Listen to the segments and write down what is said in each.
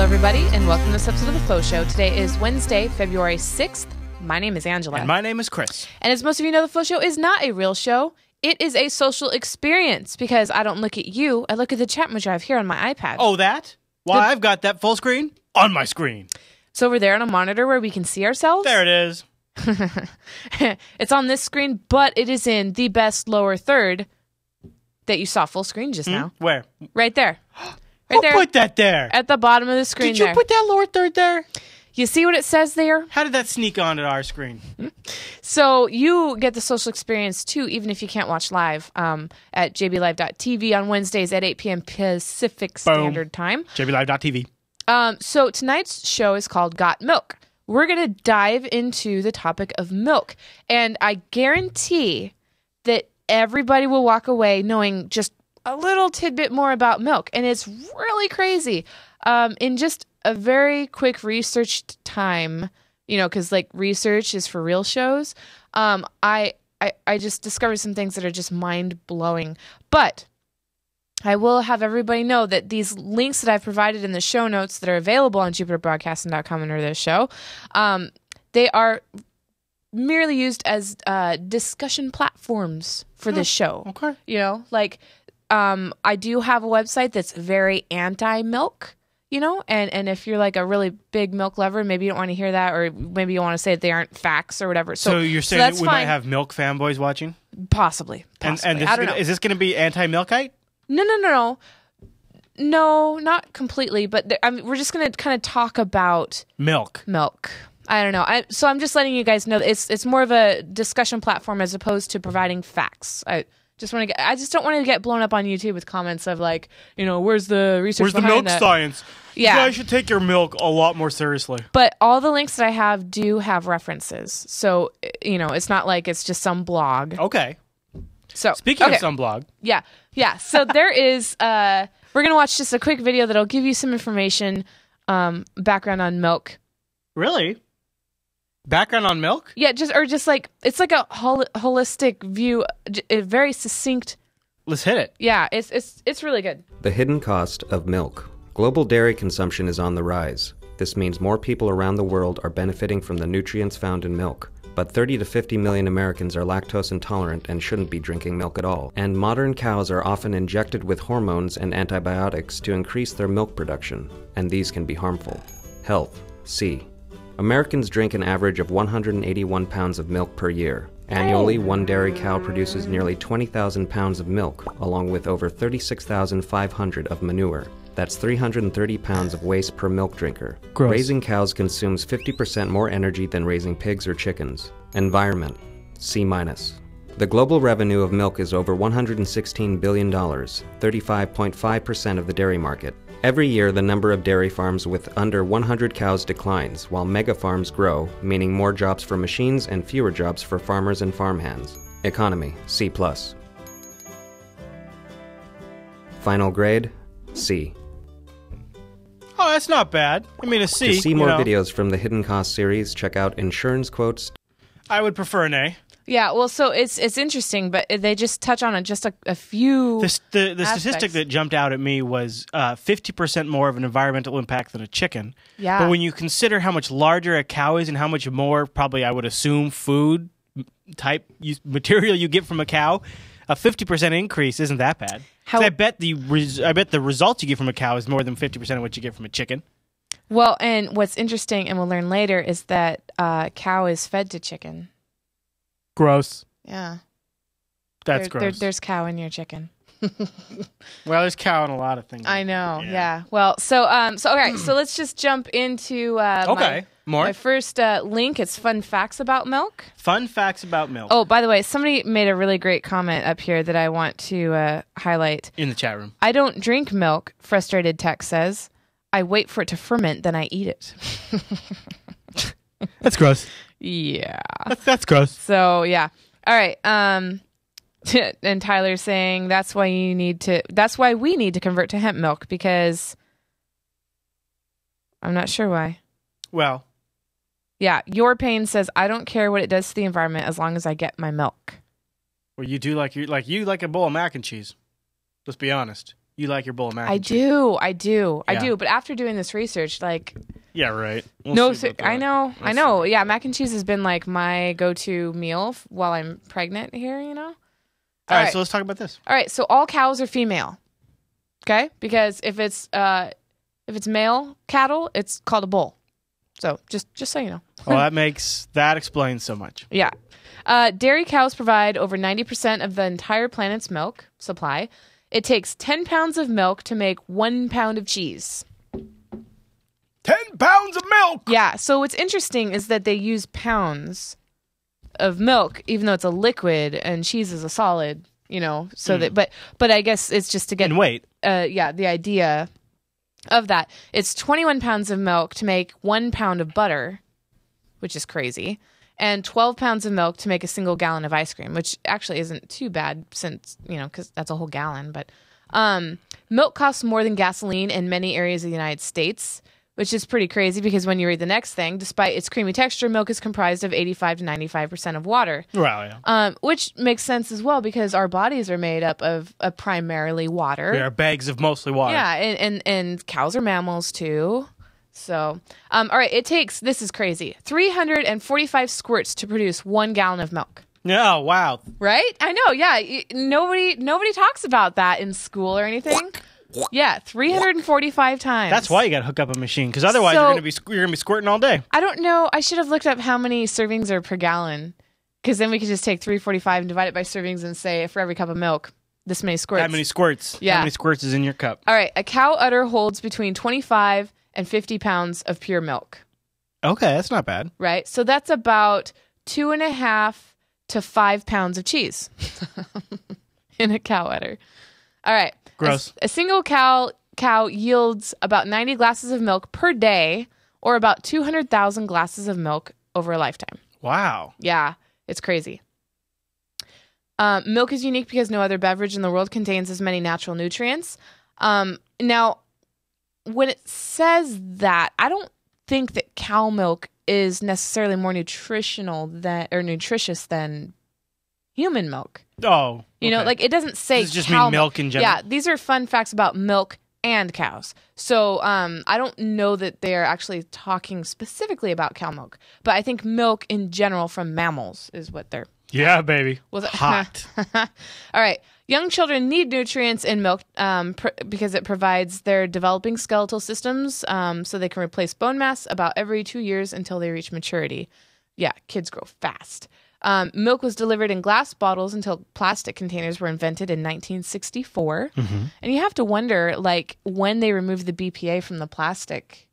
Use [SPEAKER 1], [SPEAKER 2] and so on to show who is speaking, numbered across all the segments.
[SPEAKER 1] everybody, and welcome to this episode of The Flow Show. Today is Wednesday, February 6th. My name is Angela.
[SPEAKER 2] And my name is Chris.
[SPEAKER 1] And as most of you know, The Flow Show is not a real show. It is a social experience because I don't look at you, I look at the chat which I have here on my iPad.
[SPEAKER 2] Oh, that? Why, I've got that full screen on my screen.
[SPEAKER 1] It's over there on a monitor where we can see ourselves.
[SPEAKER 2] There it is.
[SPEAKER 1] it's on this screen, but it is in the best lower third that you saw full screen
[SPEAKER 2] Hmm?
[SPEAKER 1] just now.
[SPEAKER 2] Where?
[SPEAKER 1] Right there. Right
[SPEAKER 2] Who
[SPEAKER 1] there.
[SPEAKER 2] put that there?
[SPEAKER 1] at the bottom of the screen
[SPEAKER 2] Did you
[SPEAKER 1] there.
[SPEAKER 2] put that lower third there?
[SPEAKER 1] you see what it says there?
[SPEAKER 2] How did that sneak onto our screen?
[SPEAKER 1] So you get the social experience too, even if you can't watch live um, at jblive.tv on Wednesdays at 8 p.m. Pacific Standard Time.
[SPEAKER 2] JBLive.tv.
[SPEAKER 1] Um, so tonight's show is called Got Milk. We're going to dive into the topic of milk. And I guarantee that everybody will walk away knowing just a little tidbit more about milk. And it's really crazy. Um, in just a very quick research time, you know, because like research is for real shows, um, I, I, I just discovered some things that are just mind blowing. But I will have everybody know that these links that I've provided in the show notes that are available on jupiterbroadcasting.com under this show, um, they are merely used as uh, discussion platforms for this show.
[SPEAKER 2] Oh, Okay.
[SPEAKER 1] You know, like um, I do have a website that's very anti milk. You know, and and if you're like a really big milk lover, maybe you don't want to hear that, or maybe you want to say that they aren't facts or whatever. So,
[SPEAKER 2] So, you're saying
[SPEAKER 1] that's
[SPEAKER 2] that we
[SPEAKER 1] fine.
[SPEAKER 2] might have milk fanboys watching?
[SPEAKER 1] possibly,
[SPEAKER 2] And,
[SPEAKER 1] possibly.
[SPEAKER 2] and this
[SPEAKER 1] I
[SPEAKER 2] is,
[SPEAKER 1] don't
[SPEAKER 2] gonna,
[SPEAKER 1] know.
[SPEAKER 2] is this going to be anti milkite?
[SPEAKER 1] No, no, no, no. No, not completely, but th- I'm, we're just going to kind of talk about
[SPEAKER 2] Milk.
[SPEAKER 1] milk. I don't know. I, so I'm just letting you guys know that it's it's more of a discussion platform as opposed to providing facts. I just want to get. I just don't want to get blown up on YouTube with comments of like, you know, where's the research?
[SPEAKER 2] Where's the
[SPEAKER 1] behind
[SPEAKER 2] milk
[SPEAKER 1] that?
[SPEAKER 2] science?
[SPEAKER 1] Yeah.
[SPEAKER 2] You guys should take your milk a lot more seriously.
[SPEAKER 1] But all the links that I have do have references, so i- you know it's not like it's just some blog.
[SPEAKER 2] Okay.
[SPEAKER 1] So
[SPEAKER 2] Speaking
[SPEAKER 1] okay.
[SPEAKER 2] of some blog,
[SPEAKER 1] Yeah, yeah. So there is. Uh, we're gonna watch just a quick video that'll give you some information, um, background on milk.
[SPEAKER 2] really? Background on milk?
[SPEAKER 1] Yeah, just or just like it's like a hol- holistic view, j- a very succinct.
[SPEAKER 2] Let's hit it.
[SPEAKER 1] Yeah, it's it's it's really good.
[SPEAKER 3] The hidden cost of milk. Global dairy consumption is on the rise. This means more people around the world are benefiting from the nutrients found in milk. But 30 to 50 million Americans are lactose intolerant and shouldn't be drinking milk at all. And modern cows are often injected with hormones and antibiotics to increase their milk production, and these can be harmful. Health C. Americans drink an average of 181 pounds of milk per year. Annually, one dairy cow produces nearly 20,000 pounds of milk, along with over 36,500 of manure. That's 330 pounds of waste per milk drinker.
[SPEAKER 2] Gross.
[SPEAKER 3] Raising cows consumes 50% more energy than raising pigs or chickens. Environment C minus. The global revenue of milk is over $116 billion, 35.5% of the dairy market. Every year, the number of dairy farms with under 100 cows declines, while mega farms grow, meaning more jobs for machines and fewer jobs for farmers and farmhands. Economy C. plus. Final grade C.
[SPEAKER 2] Oh, that's not bad. I mean, a C.
[SPEAKER 3] to see
[SPEAKER 2] you
[SPEAKER 3] more
[SPEAKER 2] know.
[SPEAKER 3] videos from the Hidden Cost series, check out insurancequotes.com.
[SPEAKER 2] I would prefer an A.
[SPEAKER 1] Yeah, well, so it's it's interesting, but they just touch on it just a, a few.
[SPEAKER 2] The, the, the statistic
[SPEAKER 1] aspects.
[SPEAKER 2] that jumped out at me was uh, 50% more of an environmental impact than a chicken.
[SPEAKER 1] Yeah.
[SPEAKER 2] But when you consider how much larger a cow is and how much more, probably I would assume, food m- type you, material you get from a cow, a 50% increase isn't that bad. 'Cause
[SPEAKER 1] How-
[SPEAKER 2] I bet the res- I bet the results you get from a cow is more than 50% of what you get from a chicken.
[SPEAKER 1] well, and what's interesting, and we'll learn later, is that uh, cow is fed to chicken.
[SPEAKER 2] Gross.
[SPEAKER 1] Yeah,
[SPEAKER 2] That's
[SPEAKER 1] There- there-
[SPEAKER 2] gross.
[SPEAKER 1] there's cow in your chicken.
[SPEAKER 2] well, there's cow in a lot of things.
[SPEAKER 1] I know. Yeah.
[SPEAKER 2] Yeah.
[SPEAKER 1] Well, so um, so all right. So let's just jump into uh,
[SPEAKER 2] Okay.
[SPEAKER 1] My,
[SPEAKER 2] More
[SPEAKER 1] my first uh, link. It's fun facts about milk.
[SPEAKER 2] fun facts about milk
[SPEAKER 1] Oh, by the way, somebody made a really great comment up here that I want to uh, highlight.
[SPEAKER 2] in the chat room.
[SPEAKER 1] I don't drink milk. Frustrated Tech says. I wait for it to ferment, then I eat it.
[SPEAKER 2] That's gross.
[SPEAKER 1] yeah.
[SPEAKER 2] That's, that's gross.
[SPEAKER 1] So yeah. All right. Um. And Tyler's saying that's why you need to. That's why we need to convert to hemp milk because I'm not sure why.
[SPEAKER 2] Well,
[SPEAKER 1] Yeah, your pain says I don't care what it does to the environment as long as I get my milk.
[SPEAKER 2] Well, you do like you like you like a bowl of mac and cheese. Let's be honest. You like your bowl of mac?
[SPEAKER 1] I
[SPEAKER 2] and cheese.
[SPEAKER 1] do, I do, I
[SPEAKER 2] Yeah.
[SPEAKER 1] do. But after doing this research, like
[SPEAKER 2] Yeah, right. We'll
[SPEAKER 1] no,
[SPEAKER 2] see
[SPEAKER 1] ser-
[SPEAKER 2] about
[SPEAKER 1] I
[SPEAKER 2] that.
[SPEAKER 1] know,
[SPEAKER 2] We'll
[SPEAKER 1] I know. Yeah, mac and cheese has been like my go-to meal f- while I'm pregnant here. You know.
[SPEAKER 2] All right,
[SPEAKER 1] Alright.
[SPEAKER 2] so let's talk about this.
[SPEAKER 1] All right, so all cows are female. Okay? Because if it's uh if it's male cattle, it's called a bull. So just just so you know.
[SPEAKER 2] Well, that makes that explains so much.
[SPEAKER 1] Yeah. Uh, dairy cows provide over 90% of the entire planet's milk supply. It takes 10 pounds of milk to make 1 pound of cheese.
[SPEAKER 2] Ten pounds of milk.
[SPEAKER 1] Yeah, so what's interesting is that they use pounds of milk even though it's a liquid and cheese is a solid, you know, so that but but I guess it's just to get
[SPEAKER 2] And wait,
[SPEAKER 1] uh, yeah, the idea of that. It's 21 pounds of milk to make one pound of butter, which is crazy, and 12 pounds of milk to make a single gallon of ice cream, which actually isn't too bad since, you know, because that's a whole gallon. But um, milk costs more than gasoline in many areas of the United States. Which is pretty crazy because when you read the next thing, despite its creamy texture, milk is comprised of 85 to 95% of water
[SPEAKER 2] well, yeah.
[SPEAKER 1] um, which makes sense as well because our bodies are made up of uh, primarily water.
[SPEAKER 2] there are bags of mostly water.
[SPEAKER 1] Yeah, and, and and cows are mammals too. So, um, all right, it takes this is crazy three hundred and forty five squirts to produce one gallon of milk.
[SPEAKER 2] Yeah, oh, wow.
[SPEAKER 1] Right? I know. Yeah, y- nobody nobody talks about that in school or anything. Yeah, three hundred and forty five times.
[SPEAKER 2] That's why you got to hook up a machine because otherwise
[SPEAKER 1] So-
[SPEAKER 2] you're gonna be squ- you're gonna be squirting all day.
[SPEAKER 1] I don't know. I should have looked up how many servings are per gallon, because then we could just take three forty five and divide it by servings and say for every cup of milk, this many squirts.
[SPEAKER 2] How many squirts?
[SPEAKER 1] Yeah.
[SPEAKER 2] How many squirts is in your cup?
[SPEAKER 1] All right, a cow udder holds between 25 and 50 pounds of pure milk,
[SPEAKER 2] Okay, that's not bad.
[SPEAKER 1] right? So that's about two and a half to five pounds of cheese in a cow udder. All right. a s-
[SPEAKER 2] Gross.
[SPEAKER 1] A, single cow cow yields about 90 glasses of milk per day, or about 200,000 glasses of milk over a lifetime.
[SPEAKER 2] Wow.
[SPEAKER 1] Yeah, it's crazy. Um, milk is unique because no other beverage in the world contains as many natural nutrients. Um, now, when it says that, I don't think that cow milk is necessarily more nutritional than or nutritious than human milk.
[SPEAKER 2] Oh,
[SPEAKER 1] You know,
[SPEAKER 2] okay.
[SPEAKER 1] like it doesn't say
[SPEAKER 2] Does it just
[SPEAKER 1] cow
[SPEAKER 2] mean milk in general?
[SPEAKER 1] Yeah, these are fun facts about milk and cows. So um, I don't know that they're actually talking specifically about cow milk, but I think milk in general from mammals is what they're
[SPEAKER 2] yeah, baby.
[SPEAKER 1] was it-
[SPEAKER 2] Hot.
[SPEAKER 1] All right. Young children need nutrients in milk um, pr- because it provides their developing skeletal systems um, so they can replace bone mass about every two years until they reach maturity. Yeah, kids grow fast. Um, milk was delivered in glass bottles until plastic containers were invented in 1964. And you have to wonder, like, when they removed the BPA from the plastic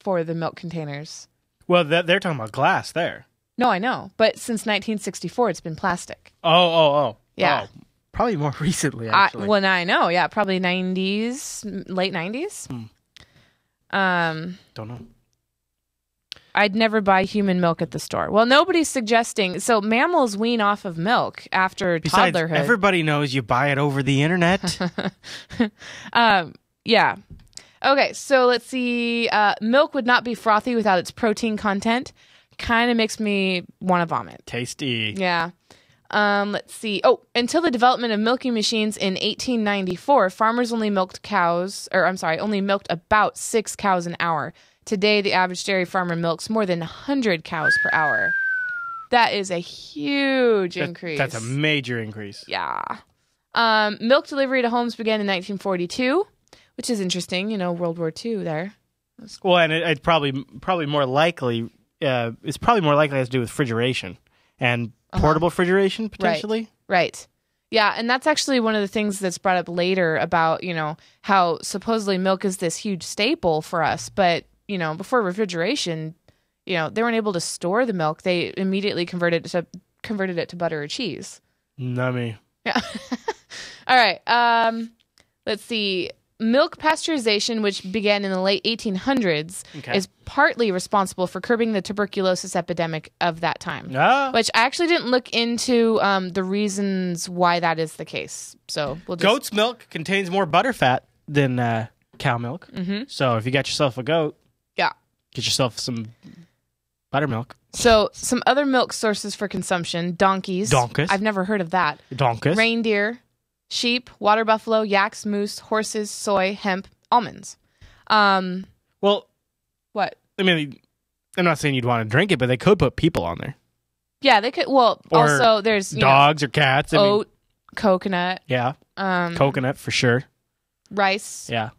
[SPEAKER 1] for the milk containers.
[SPEAKER 2] well, that, they're talking about glass there.
[SPEAKER 1] No, I know. But since 1964, it's been plastic.
[SPEAKER 2] Oh, oh, oh.
[SPEAKER 1] Yeah.
[SPEAKER 2] Oh, probably more recently,
[SPEAKER 1] I,
[SPEAKER 2] actually.
[SPEAKER 1] well, I know. Yeah, probably 90s, m- late 90s.
[SPEAKER 2] Hmm.
[SPEAKER 1] Um,
[SPEAKER 2] Don't know.
[SPEAKER 1] I'd never buy human milk at the store. Well, nobody's suggesting. So mammals wean off of milk after
[SPEAKER 2] Besides,
[SPEAKER 1] toddlerhood.
[SPEAKER 2] everybody knows you buy it over the internet.
[SPEAKER 1] um, yeah. Okay, so let's see. Uh, milk would not be frothy without its protein content. Kind of makes me want to vomit.
[SPEAKER 2] Tasty.
[SPEAKER 1] Yeah. Um, let's see. Oh, until the development of milking machines in 1894, farmers only milked cows, or I'm sorry, only milked about six cows an hour. Today, the average dairy farmer milks more than 100 cows per hour. That is a huge increase.
[SPEAKER 2] That's a major increase.
[SPEAKER 1] yeah. Um, milk delivery to homes began in 1942, which is interesting. You know, World War II there.
[SPEAKER 2] Well, and it, it probably probably more likely uh, it's probably more likely has to do with refrigeration and
[SPEAKER 1] Uh-huh.
[SPEAKER 2] portable refrigeration potentially.
[SPEAKER 1] Right. Yeah, and that's actually one of the things that's brought up later about, you know, how supposedly milk is this huge staple for us, but, you know, before refrigeration, you know, they weren't able to store the milk. They immediately converted it to converted it to butter or cheese.
[SPEAKER 2] Nummy.
[SPEAKER 1] Yeah. All right. Um let's see. Milk pasteurization, which began in the late 1800s,
[SPEAKER 2] Okay.
[SPEAKER 1] is partly responsible for curbing the tuberculosis epidemic of that time
[SPEAKER 2] Ah,
[SPEAKER 1] which I actually didn't look into um, the reasons why that is the case. So we'll just
[SPEAKER 2] goat's milk contains more butterfat than uh, cow milk. Mm-hmm. So if you got yourself a goat,
[SPEAKER 1] yeah.
[SPEAKER 2] get yourself some buttermilk.
[SPEAKER 1] So some other milk sources for consumption: donkeys.
[SPEAKER 2] Donkeys.
[SPEAKER 1] I've never heard of that.
[SPEAKER 2] Donkus.
[SPEAKER 1] Reindeer, sheep, water buffalo, yaks, moose, horses, soy, hemp, almonds. Um,
[SPEAKER 2] Well,
[SPEAKER 1] what?
[SPEAKER 2] I mean, I'm not saying you'd want to drink it, but they could put people on there,
[SPEAKER 1] Yeah, they could. Well,
[SPEAKER 2] Or
[SPEAKER 1] also there's you know,
[SPEAKER 2] dogs or cats. I mean,
[SPEAKER 1] oat, coconut,
[SPEAKER 2] yeah,
[SPEAKER 1] um,
[SPEAKER 2] coconut for sure.
[SPEAKER 1] rice.
[SPEAKER 2] Yeah.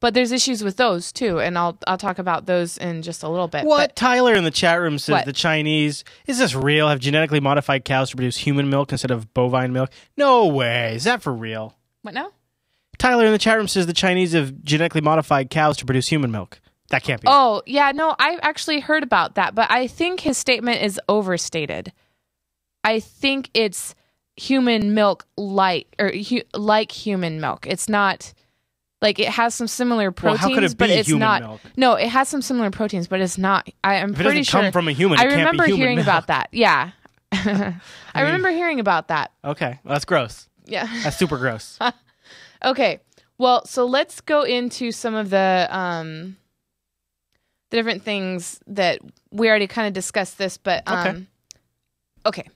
[SPEAKER 1] But there's issues with those too, and I'll I'll talk about those in just a little bit.
[SPEAKER 2] What Tyler in the chat room says
[SPEAKER 1] What?
[SPEAKER 2] the Chinese is this real? Have genetically modified cows to produce human milk instead of bovine milk? No way. Is that for real?
[SPEAKER 1] But, what now?
[SPEAKER 2] Tyler in the chat room says the Chinese have genetically modified cows to produce human milk. That can't be.
[SPEAKER 1] Oh yeah, no, I actually heard about that, but I think his statement is overstated. I think it's human milk like or hu- like human milk. It's not like it has some similar
[SPEAKER 2] Well,
[SPEAKER 1] proteins,
[SPEAKER 2] how could it
[SPEAKER 1] but
[SPEAKER 2] be
[SPEAKER 1] it's
[SPEAKER 2] human
[SPEAKER 1] not.
[SPEAKER 2] milk?
[SPEAKER 1] No, it has some similar proteins, but it's not. I, am
[SPEAKER 2] If it
[SPEAKER 1] pretty
[SPEAKER 2] doesn't
[SPEAKER 1] sure.
[SPEAKER 2] come from a human,
[SPEAKER 1] I
[SPEAKER 2] it can't
[SPEAKER 1] remember
[SPEAKER 2] be human
[SPEAKER 1] hearing
[SPEAKER 2] milk.
[SPEAKER 1] about that. Yeah, I remember hearing about that.
[SPEAKER 2] Okay, well, that's gross.
[SPEAKER 1] Yeah.
[SPEAKER 2] That's super gross.
[SPEAKER 1] Okay. Well, so let's go into some of the um the different things that we already kind of discussed this, but
[SPEAKER 2] Okay.
[SPEAKER 1] um okay.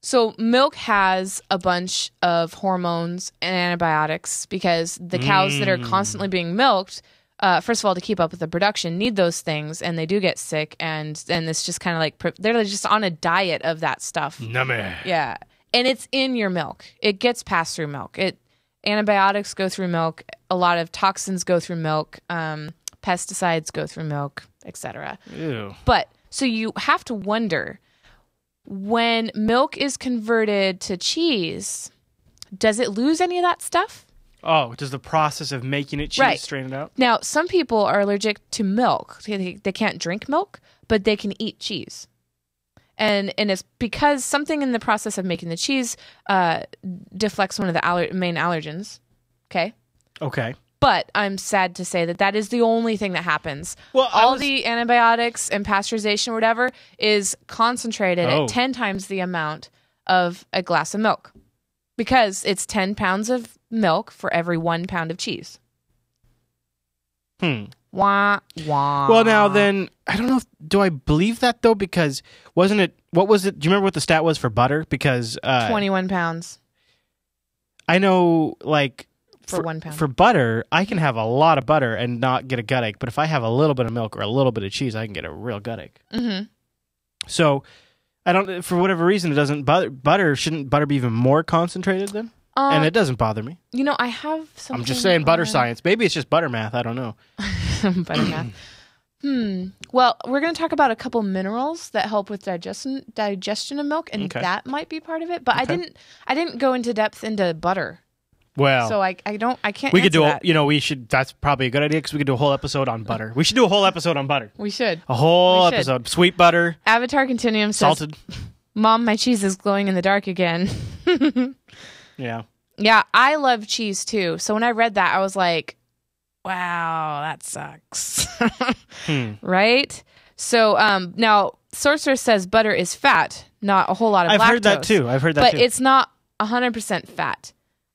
[SPEAKER 1] So milk has a bunch of hormones and antibiotics because the cows that are
[SPEAKER 2] Mm.
[SPEAKER 1] constantly being milked uh, first of all, to keep up with the production, need those things, and they do get sick, and and it's just kind of like pre- they're just on a diet of that stuff.
[SPEAKER 2] Nummy.
[SPEAKER 1] Yeah. And it's in your milk. It gets passed through milk. It antibiotics go through milk. A lot of toxins go through milk. Um, pesticides go through milk, etc.
[SPEAKER 2] Ew.
[SPEAKER 1] But so you have to wonder when milk is converted to cheese, does it lose any of that stuff?
[SPEAKER 2] Oh, does the process of making it cheese
[SPEAKER 1] Right.
[SPEAKER 2] strain it out?
[SPEAKER 1] Now, some people are allergic to milk. They, they can't drink milk, but they can eat cheese. And and it's because something in the process of making the cheese uh, deflects one of the aller- main allergens. Okay.
[SPEAKER 2] Okay.
[SPEAKER 1] But I'm sad to say that that is the only thing that happens.
[SPEAKER 2] Well, I
[SPEAKER 1] All
[SPEAKER 2] was-
[SPEAKER 1] the antibiotics and pasteurization, or whatever, is concentrated
[SPEAKER 2] Oh.
[SPEAKER 1] at 10 times the amount of a glass of milk because it's 10 pounds of milk for every one pound of cheese.
[SPEAKER 2] Hmm.
[SPEAKER 1] Wah, wah.
[SPEAKER 2] Well, now then, I don't know. If, do I believe that though? Because wasn't it? What was it? Do you remember what the stat was for butter? Because uh,
[SPEAKER 1] 21 pounds
[SPEAKER 2] I know, like
[SPEAKER 1] for, one pound.
[SPEAKER 2] for butter, I can have a lot of butter and not get a gut ache. But if I have a little bit of milk or a little bit of cheese, I can get a real gut ache.
[SPEAKER 1] mm-hmm.
[SPEAKER 2] So I don't. For whatever reason, it doesn't butter. Butter shouldn't butter be even more concentrated then?
[SPEAKER 1] um,
[SPEAKER 2] and it doesn't bother me.
[SPEAKER 1] you know, I have some.
[SPEAKER 2] I'm just saying butter science. Maybe it's just butter math. I don't know.
[SPEAKER 1] butter math. Hmm. Well, we're going to talk about a couple minerals that help with digestion digestion of milk, and
[SPEAKER 2] Okay.
[SPEAKER 1] that might be part of it. But I
[SPEAKER 2] Okay.
[SPEAKER 1] didn't I didn't go into depth into butter,
[SPEAKER 2] Well,
[SPEAKER 1] so I I don't I can't.
[SPEAKER 2] Oh. we could
[SPEAKER 1] answer
[SPEAKER 2] do. A,
[SPEAKER 1] that.
[SPEAKER 2] you know, we should. That's probably a good idea because we could do a whole episode on butter. We should do a whole episode on butter.
[SPEAKER 1] We should.
[SPEAKER 2] A whole
[SPEAKER 1] We should.
[SPEAKER 2] episode. Sweet butter,
[SPEAKER 1] Avatar Continuum says,
[SPEAKER 2] salted.
[SPEAKER 1] "Mom, my cheese is glowing in the dark again."
[SPEAKER 2] Yeah.
[SPEAKER 1] yeah, I love cheese too. So when I read that, I was like, "Wow, that sucks."
[SPEAKER 2] Hmm.
[SPEAKER 1] right? So um, now Sorcerer says butter is fat, not a whole lot of
[SPEAKER 2] I've heard that
[SPEAKER 1] lactose.
[SPEAKER 2] too. I've heard that
[SPEAKER 1] But
[SPEAKER 2] too.
[SPEAKER 1] it's not 100% fat.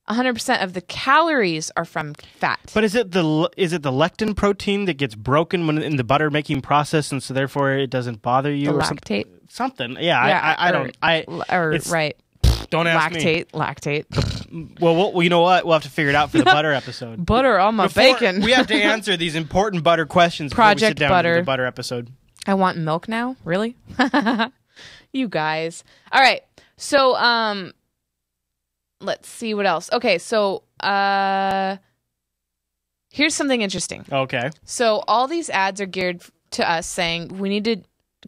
[SPEAKER 1] 100% of the calories are from fat.
[SPEAKER 2] but is it the l- is it the lectin protein that gets broken when in the butter making process, and so therefore it doesn't bother you
[SPEAKER 1] the
[SPEAKER 2] or some-
[SPEAKER 1] lactate.
[SPEAKER 2] something? Yeah,
[SPEAKER 1] Yeah,
[SPEAKER 2] I, I, I
[SPEAKER 1] or-
[SPEAKER 2] don't. I
[SPEAKER 1] l- Or,
[SPEAKER 2] it's-
[SPEAKER 1] right.
[SPEAKER 2] don't ask me.
[SPEAKER 1] Lactate. Lactate.
[SPEAKER 2] Well, well, you know what? We'll have to figure it out for the butter episode.
[SPEAKER 1] butter on my
[SPEAKER 2] Before-
[SPEAKER 1] bacon.
[SPEAKER 2] we have to answer these important butter questions. before we sit
[SPEAKER 1] Project
[SPEAKER 2] down and do
[SPEAKER 1] butter.
[SPEAKER 2] the butter episode.
[SPEAKER 1] I want milk now? Really? you guys. All right. So um let's see what else. Okay, so uh here's something interesting.
[SPEAKER 2] Okay.
[SPEAKER 1] So all these ads are geared f- to us saying we need to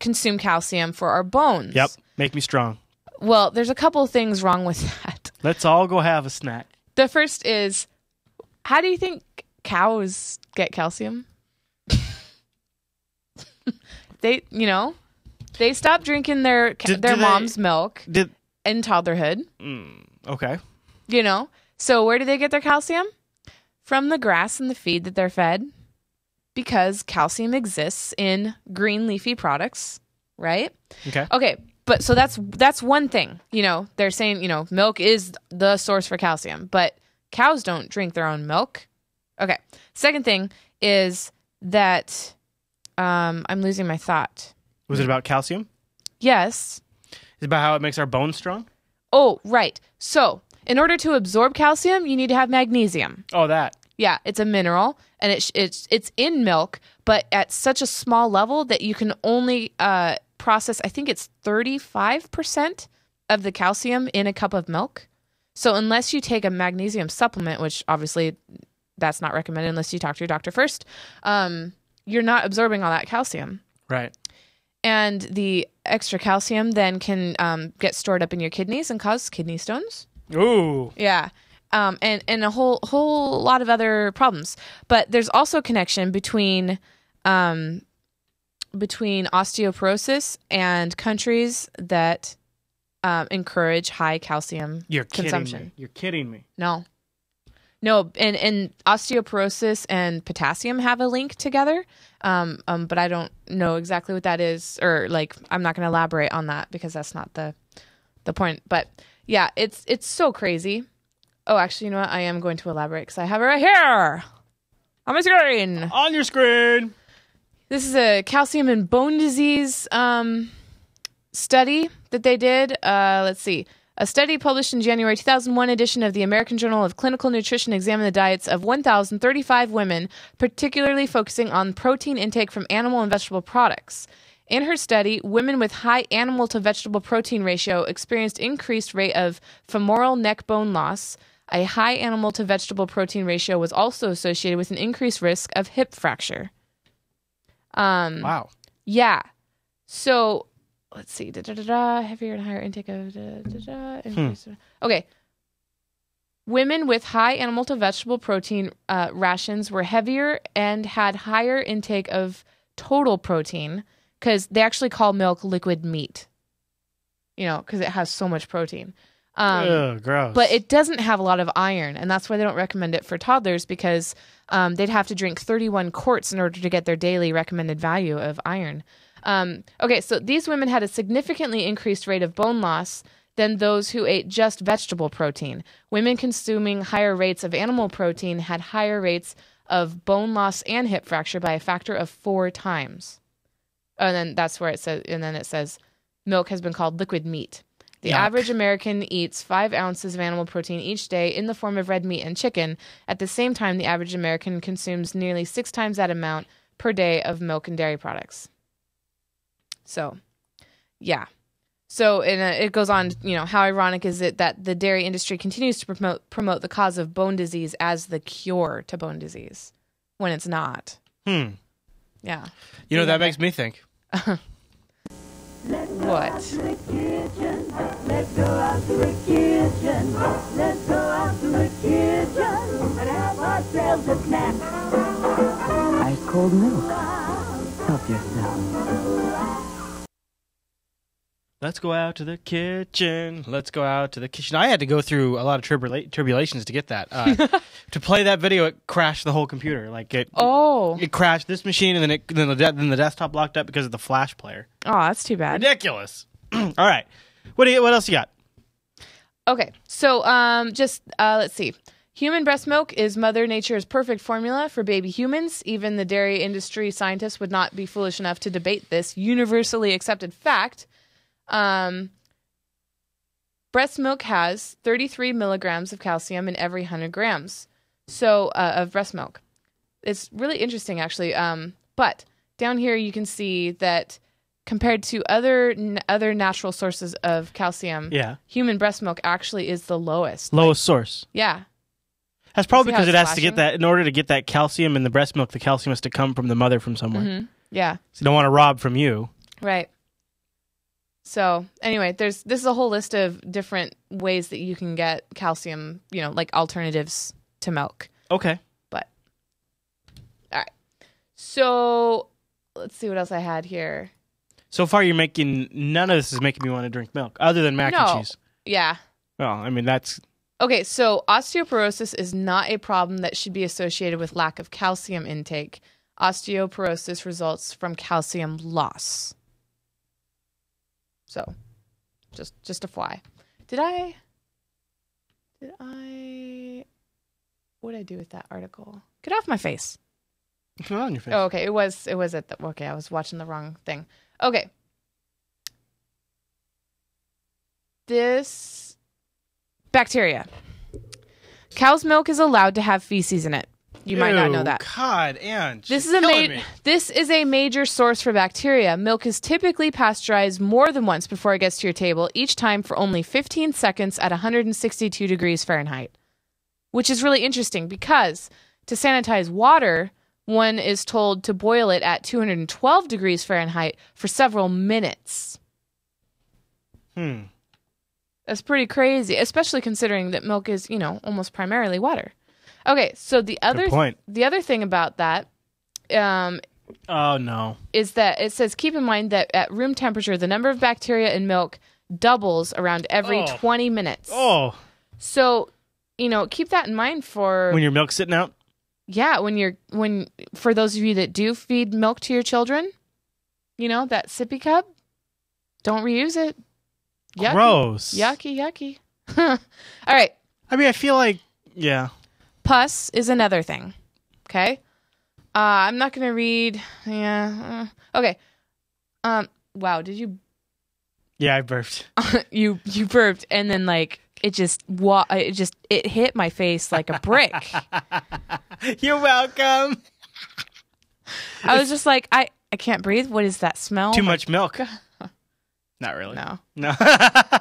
[SPEAKER 1] consume calcium for our bones.
[SPEAKER 2] Yep. Make me strong.
[SPEAKER 1] Well, there's a couple of things wrong with that.
[SPEAKER 2] Let's all go have a snack.
[SPEAKER 1] The first is how do you think cows get calcium? they, you know, they stop drinking their ca-
[SPEAKER 2] Did-
[SPEAKER 1] their
[SPEAKER 2] do they-
[SPEAKER 1] mom's milk
[SPEAKER 2] Did
[SPEAKER 1] in toddlerhood,
[SPEAKER 2] mm, okay.
[SPEAKER 1] you know. So where do they get their calcium? From the grass and the feed that they're fed. Because calcium exists in green leafy products, right?
[SPEAKER 2] Okay.
[SPEAKER 1] Okay, but so that's that's one thing. You know, they're saying you know milk is the source for calcium, but cows don't drink their own milk. Okay. Second thing is that um, I'm losing my thought.
[SPEAKER 2] Was it about calcium?
[SPEAKER 1] Yes.
[SPEAKER 2] Is it about how it makes our bones strong?
[SPEAKER 1] Oh, right. So, in order to absorb calcium, you need to have magnesium.
[SPEAKER 2] Oh, that.
[SPEAKER 1] Yeah, it's a mineral, and it's it's it's in milk, but at such a small level that you can only uh, process. I think it's thirty five percent of the calcium in a cup of milk. So unless you take a magnesium supplement, which obviously that's not recommended unless you talk to your doctor first, um, you're not absorbing all that calcium
[SPEAKER 2] Right.
[SPEAKER 1] and the extra calcium then can um, get stored up in your kidneys and cause kidney stones.
[SPEAKER 2] Ooh.
[SPEAKER 1] Yeah. Um, and, and a whole whole lot of other problems. But there's also a connection between um, between osteoporosis and countries that um, encourage high calcium
[SPEAKER 2] You're
[SPEAKER 1] consumption.
[SPEAKER 2] kidding me. You're kidding me.
[SPEAKER 1] No. No, and, and osteoporosis and potassium have a link together, um, um, but I don't know exactly what that is, or like I'm not going to elaborate on that because that's not the the point. But yeah, it's it's so crazy. Oh, actually, you know what? I am going to elaborate because I have it right here on my screen.
[SPEAKER 2] On your screen.
[SPEAKER 1] This is a calcium and bone disease um, study that they did. Uh, let's see. A study published in January 2001 edition of the American Journal of Clinical Nutrition examined the diets of 1,035 women, particularly focusing on protein intake from animal and vegetable products. In her study, women with high animal to vegetable protein ratio experienced increased rate of femoral neck bone loss. A high animal to vegetable protein ratio was also associated with an increased risk of hip fracture. Um,
[SPEAKER 2] Wow.
[SPEAKER 1] yeah. So let's see. Da, da, da, da, heavier and higher intake of. Da, da, da, increase- Okay. Women with high animal to vegetable protein uh, rations were heavier and had higher intake of total protein because they actually call milk liquid meat, you know, because it has so much protein. Um,
[SPEAKER 2] Ugh, gross.
[SPEAKER 1] but it doesn't have a lot of iron, and that's why they don't recommend it for toddlers because um, they'd have to drink 31 quarts in order to get their daily recommended value of iron. Um, okay, so these women had a significantly increased rate of bone loss than those who ate just vegetable protein. Women consuming higher rates of animal protein had higher rates of bone loss and hip fracture by a factor of four times. And then that's where it says, and then it says, milk has been called liquid meat. The
[SPEAKER 2] Yuck.
[SPEAKER 1] average American eats five ounces of animal protein each day in the form of red meat and chicken. At the same time, the average American consumes nearly six times that amount per day of milk and dairy products. So, yeah. So, and uh, it goes on, you know, how ironic is it that the dairy industry continues to promote promote the cause of bone disease as the cure to bone disease when it's not.
[SPEAKER 2] Hmm.
[SPEAKER 1] Yeah.
[SPEAKER 2] You know, that makes me think.
[SPEAKER 1] What?
[SPEAKER 4] Let's go out to the kitchen. Let's go out to the kitchen and have ourselves a snack.
[SPEAKER 5] Ice cold milk. Help yourself.
[SPEAKER 2] Let's go out to the kitchen. Let's go out to the kitchen. I had to go through a lot of tribula- tribulations to get that. Uh, to play that video, it crashed the whole computer. Like it,
[SPEAKER 1] Oh.
[SPEAKER 2] it crashed this machine, and then it, then the de- then the desktop locked up because of the flash player.
[SPEAKER 1] Oh, that's too bad.
[SPEAKER 2] Ridiculous. All right, what do you, what else you got?
[SPEAKER 1] Okay, so um, just uh, let's see. Human breast milk is Mother Nature's perfect formula for baby humans. Even the dairy industry scientists would not be foolish enough to debate this universally accepted fact. Um, breast milk has 33 milligrams of calcium in every 100 grams so uh, of breast milk. It's really interesting, actually. Um, but down here, you can see that compared to other n- other natural sources of calcium,
[SPEAKER 2] Yeah,
[SPEAKER 1] human breast milk actually is the lowest.
[SPEAKER 2] lowest source.
[SPEAKER 1] Yeah.
[SPEAKER 2] That's probably
[SPEAKER 1] See how
[SPEAKER 2] because it
[SPEAKER 1] it's
[SPEAKER 2] has to get
[SPEAKER 1] flashing?
[SPEAKER 2] that in order to get that calcium in the breast milk. The calcium has to come from the mother from somewhere.
[SPEAKER 1] Mm-hmm. Yeah.
[SPEAKER 2] So you don't want to rob from you.
[SPEAKER 1] Right. So, anyway, there's this is a whole list of different ways that you can get calcium, you know, like alternatives to milk.
[SPEAKER 2] Okay.
[SPEAKER 1] But All right. So, let's see what else I had here.
[SPEAKER 2] So far, you're making none of this is making me want to drink milk, other than mac
[SPEAKER 1] No.
[SPEAKER 2] and cheese.
[SPEAKER 1] Yeah.
[SPEAKER 2] Well, I mean that's
[SPEAKER 1] Okay, so osteoporosis is not a problem that should be associated with lack of calcium intake. Osteoporosis results from calcium loss. So, just just a fly. Did I Did I what did I do with that article? Get off my face.
[SPEAKER 2] it's not on your face.
[SPEAKER 1] Oh, okay. It was it was at the okay. I was watching the wrong thing. Okay. This Bacteria. Cow's milk is allowed to have feces in it. You might not know
[SPEAKER 2] Ew,
[SPEAKER 1] that.
[SPEAKER 2] God, and
[SPEAKER 1] This is a
[SPEAKER 2] killing
[SPEAKER 1] ma-
[SPEAKER 2] me.
[SPEAKER 1] this is a major source for bacteria. Milk is typically pasteurized more than once before it gets to your table, each time for only 15 seconds at 162 degrees Fahrenheit. Which is really interesting because to sanitize water, one is told to boil it at 212 degrees Fahrenheit for several minutes.
[SPEAKER 2] Hmm.
[SPEAKER 1] That's pretty crazy, especially considering that milk is, you know, almost primarily water. Okay, so the other
[SPEAKER 2] point.
[SPEAKER 1] the other thing about that um,
[SPEAKER 2] Oh no.
[SPEAKER 1] is that it says keep in mind that at room temperature, the number of bacteria in milk doubles around every
[SPEAKER 2] Oh.
[SPEAKER 1] 20 minutes.
[SPEAKER 2] Oh,
[SPEAKER 1] So, you know, keep that in mind for
[SPEAKER 2] when your milk's sitting out.
[SPEAKER 1] yeah, when you're when for those of you that do feed milk to your children, you know, that sippy cup, don't reuse it. Yucky.
[SPEAKER 2] Gross.
[SPEAKER 1] Yucky, yucky. All right.
[SPEAKER 2] I mean, I feel like yeah.
[SPEAKER 1] Pus is another thing. Okay. Uh, I'm not going to read. Yeah. uh, okay. Um, wow. Did you
[SPEAKER 2] Yeah, I burped.
[SPEAKER 1] you you burped and then like it just wa- it just it hit my face like a brick.
[SPEAKER 2] You're welcome.
[SPEAKER 1] I was just like I I can't breathe. What is that smell?
[SPEAKER 2] Too much milk. Not really.
[SPEAKER 1] Oh No.
[SPEAKER 2] No.
[SPEAKER 1] All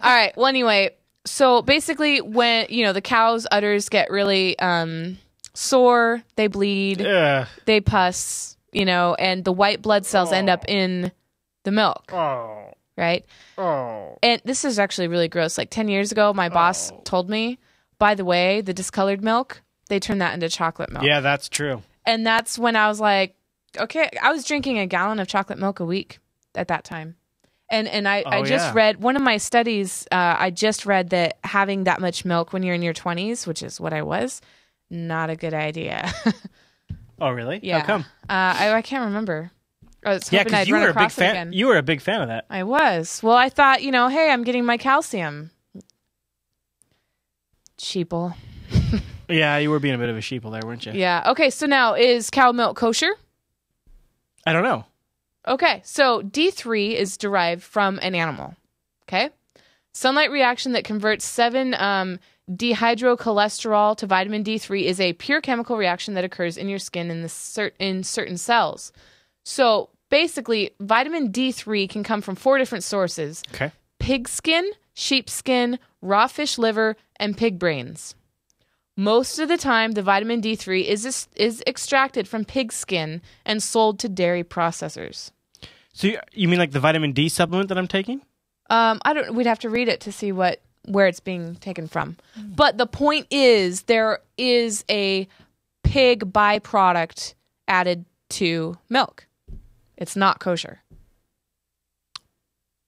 [SPEAKER 1] right. Well, anyway, so basically when you know the cow's udders get really um sore, they bleed,
[SPEAKER 2] Ugh.
[SPEAKER 1] they pus, you know, and the white blood cells end up in the milk,
[SPEAKER 2] Oh.
[SPEAKER 1] right?
[SPEAKER 2] Oh.
[SPEAKER 1] And this is actually really gross. Like 10 years ago, my boss told me, by the way, the discolored milk, they turn that into chocolate milk.
[SPEAKER 2] Yeah, that's true.
[SPEAKER 1] And that's when I was like, okay, I was drinking a gallon of chocolate milk a week at that time. And and I, I
[SPEAKER 2] Oh,
[SPEAKER 1] just
[SPEAKER 2] yeah.
[SPEAKER 1] read one of my studies, uh, I just read that having that much milk when you're in your 20s, which is what I was, not a good idea.
[SPEAKER 2] Oh, really?
[SPEAKER 1] yeah.
[SPEAKER 2] How come?
[SPEAKER 1] Uh, I, I can't remember. I was
[SPEAKER 2] Yeah,
[SPEAKER 1] hoping I'd
[SPEAKER 2] because you
[SPEAKER 1] run
[SPEAKER 2] were a big
[SPEAKER 1] across it
[SPEAKER 2] fan.
[SPEAKER 1] again.
[SPEAKER 2] You were a big fan of that.
[SPEAKER 1] I was. Well, I thought, you know, hey, I'm getting my calcium. Sheeple.
[SPEAKER 2] Yeah, you were being a bit of a sheeple there, weren't you?
[SPEAKER 1] Yeah. Okay. So now is cow milk kosher?
[SPEAKER 2] I don't know.
[SPEAKER 1] Okay, so D3 is derived from an animal. Okay? Sunlight reaction that converts 7 um, dehydrocholesterol to vitamin D3 is a pure chemical reaction that occurs in your skin in, the cer- in certain cells. So basically, vitamin D3 can come from four different sources
[SPEAKER 2] Okay.
[SPEAKER 1] pig skin, sheep skin, raw fish liver, and pig brains. Most of the time, the vitamin D3 is, is extracted from pig skin and sold to dairy processors.
[SPEAKER 2] So you, you mean like the vitamin D supplement that I'm taking?
[SPEAKER 1] Um, I don't. We'd have to read it to see what where it's being taken from. But the point is, there is a pig byproduct added to milk. It's not kosher.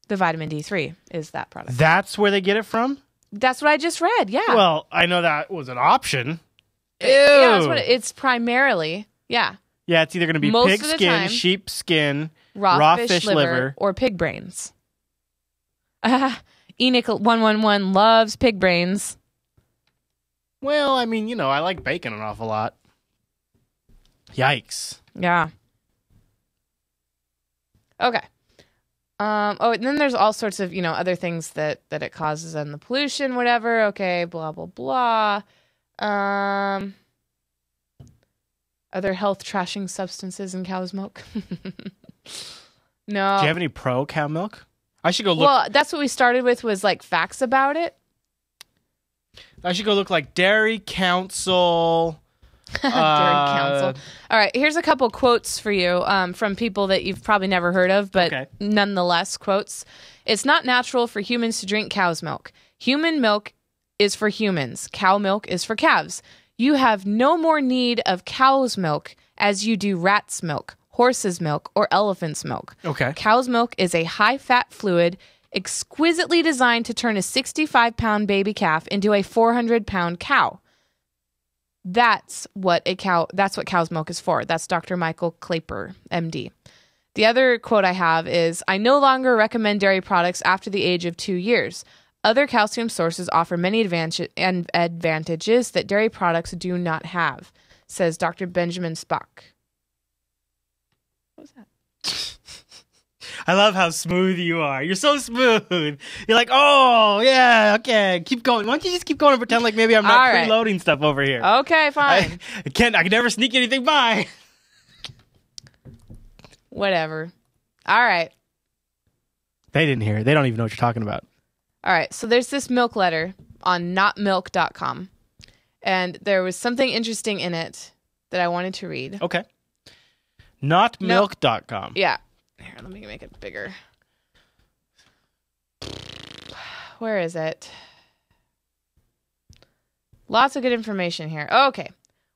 [SPEAKER 1] The vitamin D three is that product.
[SPEAKER 2] That's where they get it from.
[SPEAKER 1] That's what I just read. Yeah.
[SPEAKER 2] Well, I know that was an option. Ew.
[SPEAKER 1] yeah. That's what it- it's primarily. Yeah.
[SPEAKER 2] Yeah, it's either going to be
[SPEAKER 1] Most
[SPEAKER 2] pig
[SPEAKER 1] of the
[SPEAKER 2] skin,
[SPEAKER 1] time-
[SPEAKER 2] sheep skin.
[SPEAKER 1] Raw,
[SPEAKER 2] Raw
[SPEAKER 1] fish,
[SPEAKER 2] fish
[SPEAKER 1] liver,
[SPEAKER 2] liver.
[SPEAKER 1] or pig brains. Ah, Enoch one one one loves pig brains.
[SPEAKER 2] Well, I mean, you know, I like bacon an awful lot. Yikes.
[SPEAKER 1] Yeah. Okay. Um, oh, and then there's all sorts of you know other things that that it causes and the pollution, whatever. Okay, blah blah blah. Um, other health trashing substances in cow's milk. no.
[SPEAKER 2] Do you have any pro cow milk? I should go look.
[SPEAKER 1] Oh. well, that's what we started with was like facts about it.
[SPEAKER 2] I should go look like Dairy Council.
[SPEAKER 1] Dairy
[SPEAKER 2] Uh,
[SPEAKER 1] Council. All right, here's a couple quotes for you um, from people that you've probably never heard of, but
[SPEAKER 2] Okay.
[SPEAKER 1] nonetheless, quotes. It's not natural for humans to drink cow's milk. Human milk is for humans, cow milk is for calves. You have no more need of cow's milk as you do rat's milk, horse's milk, or elephant's milk.
[SPEAKER 2] Okay.
[SPEAKER 1] Cow's milk is a high fat fluid exquisitely designed to turn a 65 pound baby calf into a 400 pound cow. That's what a cow that's what cow's milk is for. That's Dr. Michael Claper, MD. The other quote I have is I no longer recommend dairy products after the age of 2 years. Other calcium sources offer many advantage- and advantages that dairy products do not have, says Dr. Benjamin Spock.
[SPEAKER 2] I love how smooth you are. You're so smooth. You're like, oh yeah, okay. Keep going. Why don't you just keep going and pretend like maybe I'm not
[SPEAKER 1] All right.
[SPEAKER 2] preloading stuff over here?
[SPEAKER 1] Okay,
[SPEAKER 2] I,
[SPEAKER 1] fine.
[SPEAKER 2] I can't. I can never sneak anything by.
[SPEAKER 1] Whatever. All right.
[SPEAKER 2] They didn't hear. it. They don't even know what you're talking about.
[SPEAKER 1] All right. So there's this milk letter on notmilk.com. And there was something interesting in it that I wanted to read.
[SPEAKER 2] Okay. Notmilk.com.
[SPEAKER 1] Yeah. Here, let me make it bigger. Where is it? Lots of good information here. Okay.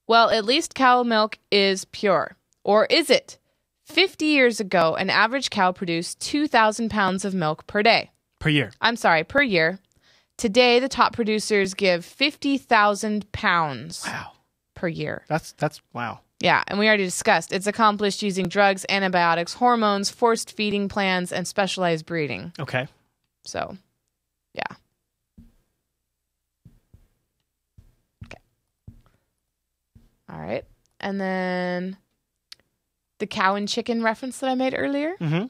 [SPEAKER 1] Well, at least cow milk is pure. Or is it? 50 years ago, an average cow produced 2,000 pounds of milk per day.
[SPEAKER 2] Per year.
[SPEAKER 1] I'm sorry, per year. Today, the top producers give 50,000 pounds
[SPEAKER 2] Wow.
[SPEAKER 1] per year.
[SPEAKER 2] That's that's wow.
[SPEAKER 1] Yeah, and we already discussed it's accomplished using drugs, antibiotics, hormones, forced feeding plans, and specialized breeding.
[SPEAKER 2] Okay.
[SPEAKER 1] So, yeah. Okay. All right. And then the cow and chicken reference that I made earlier.
[SPEAKER 2] Mhm.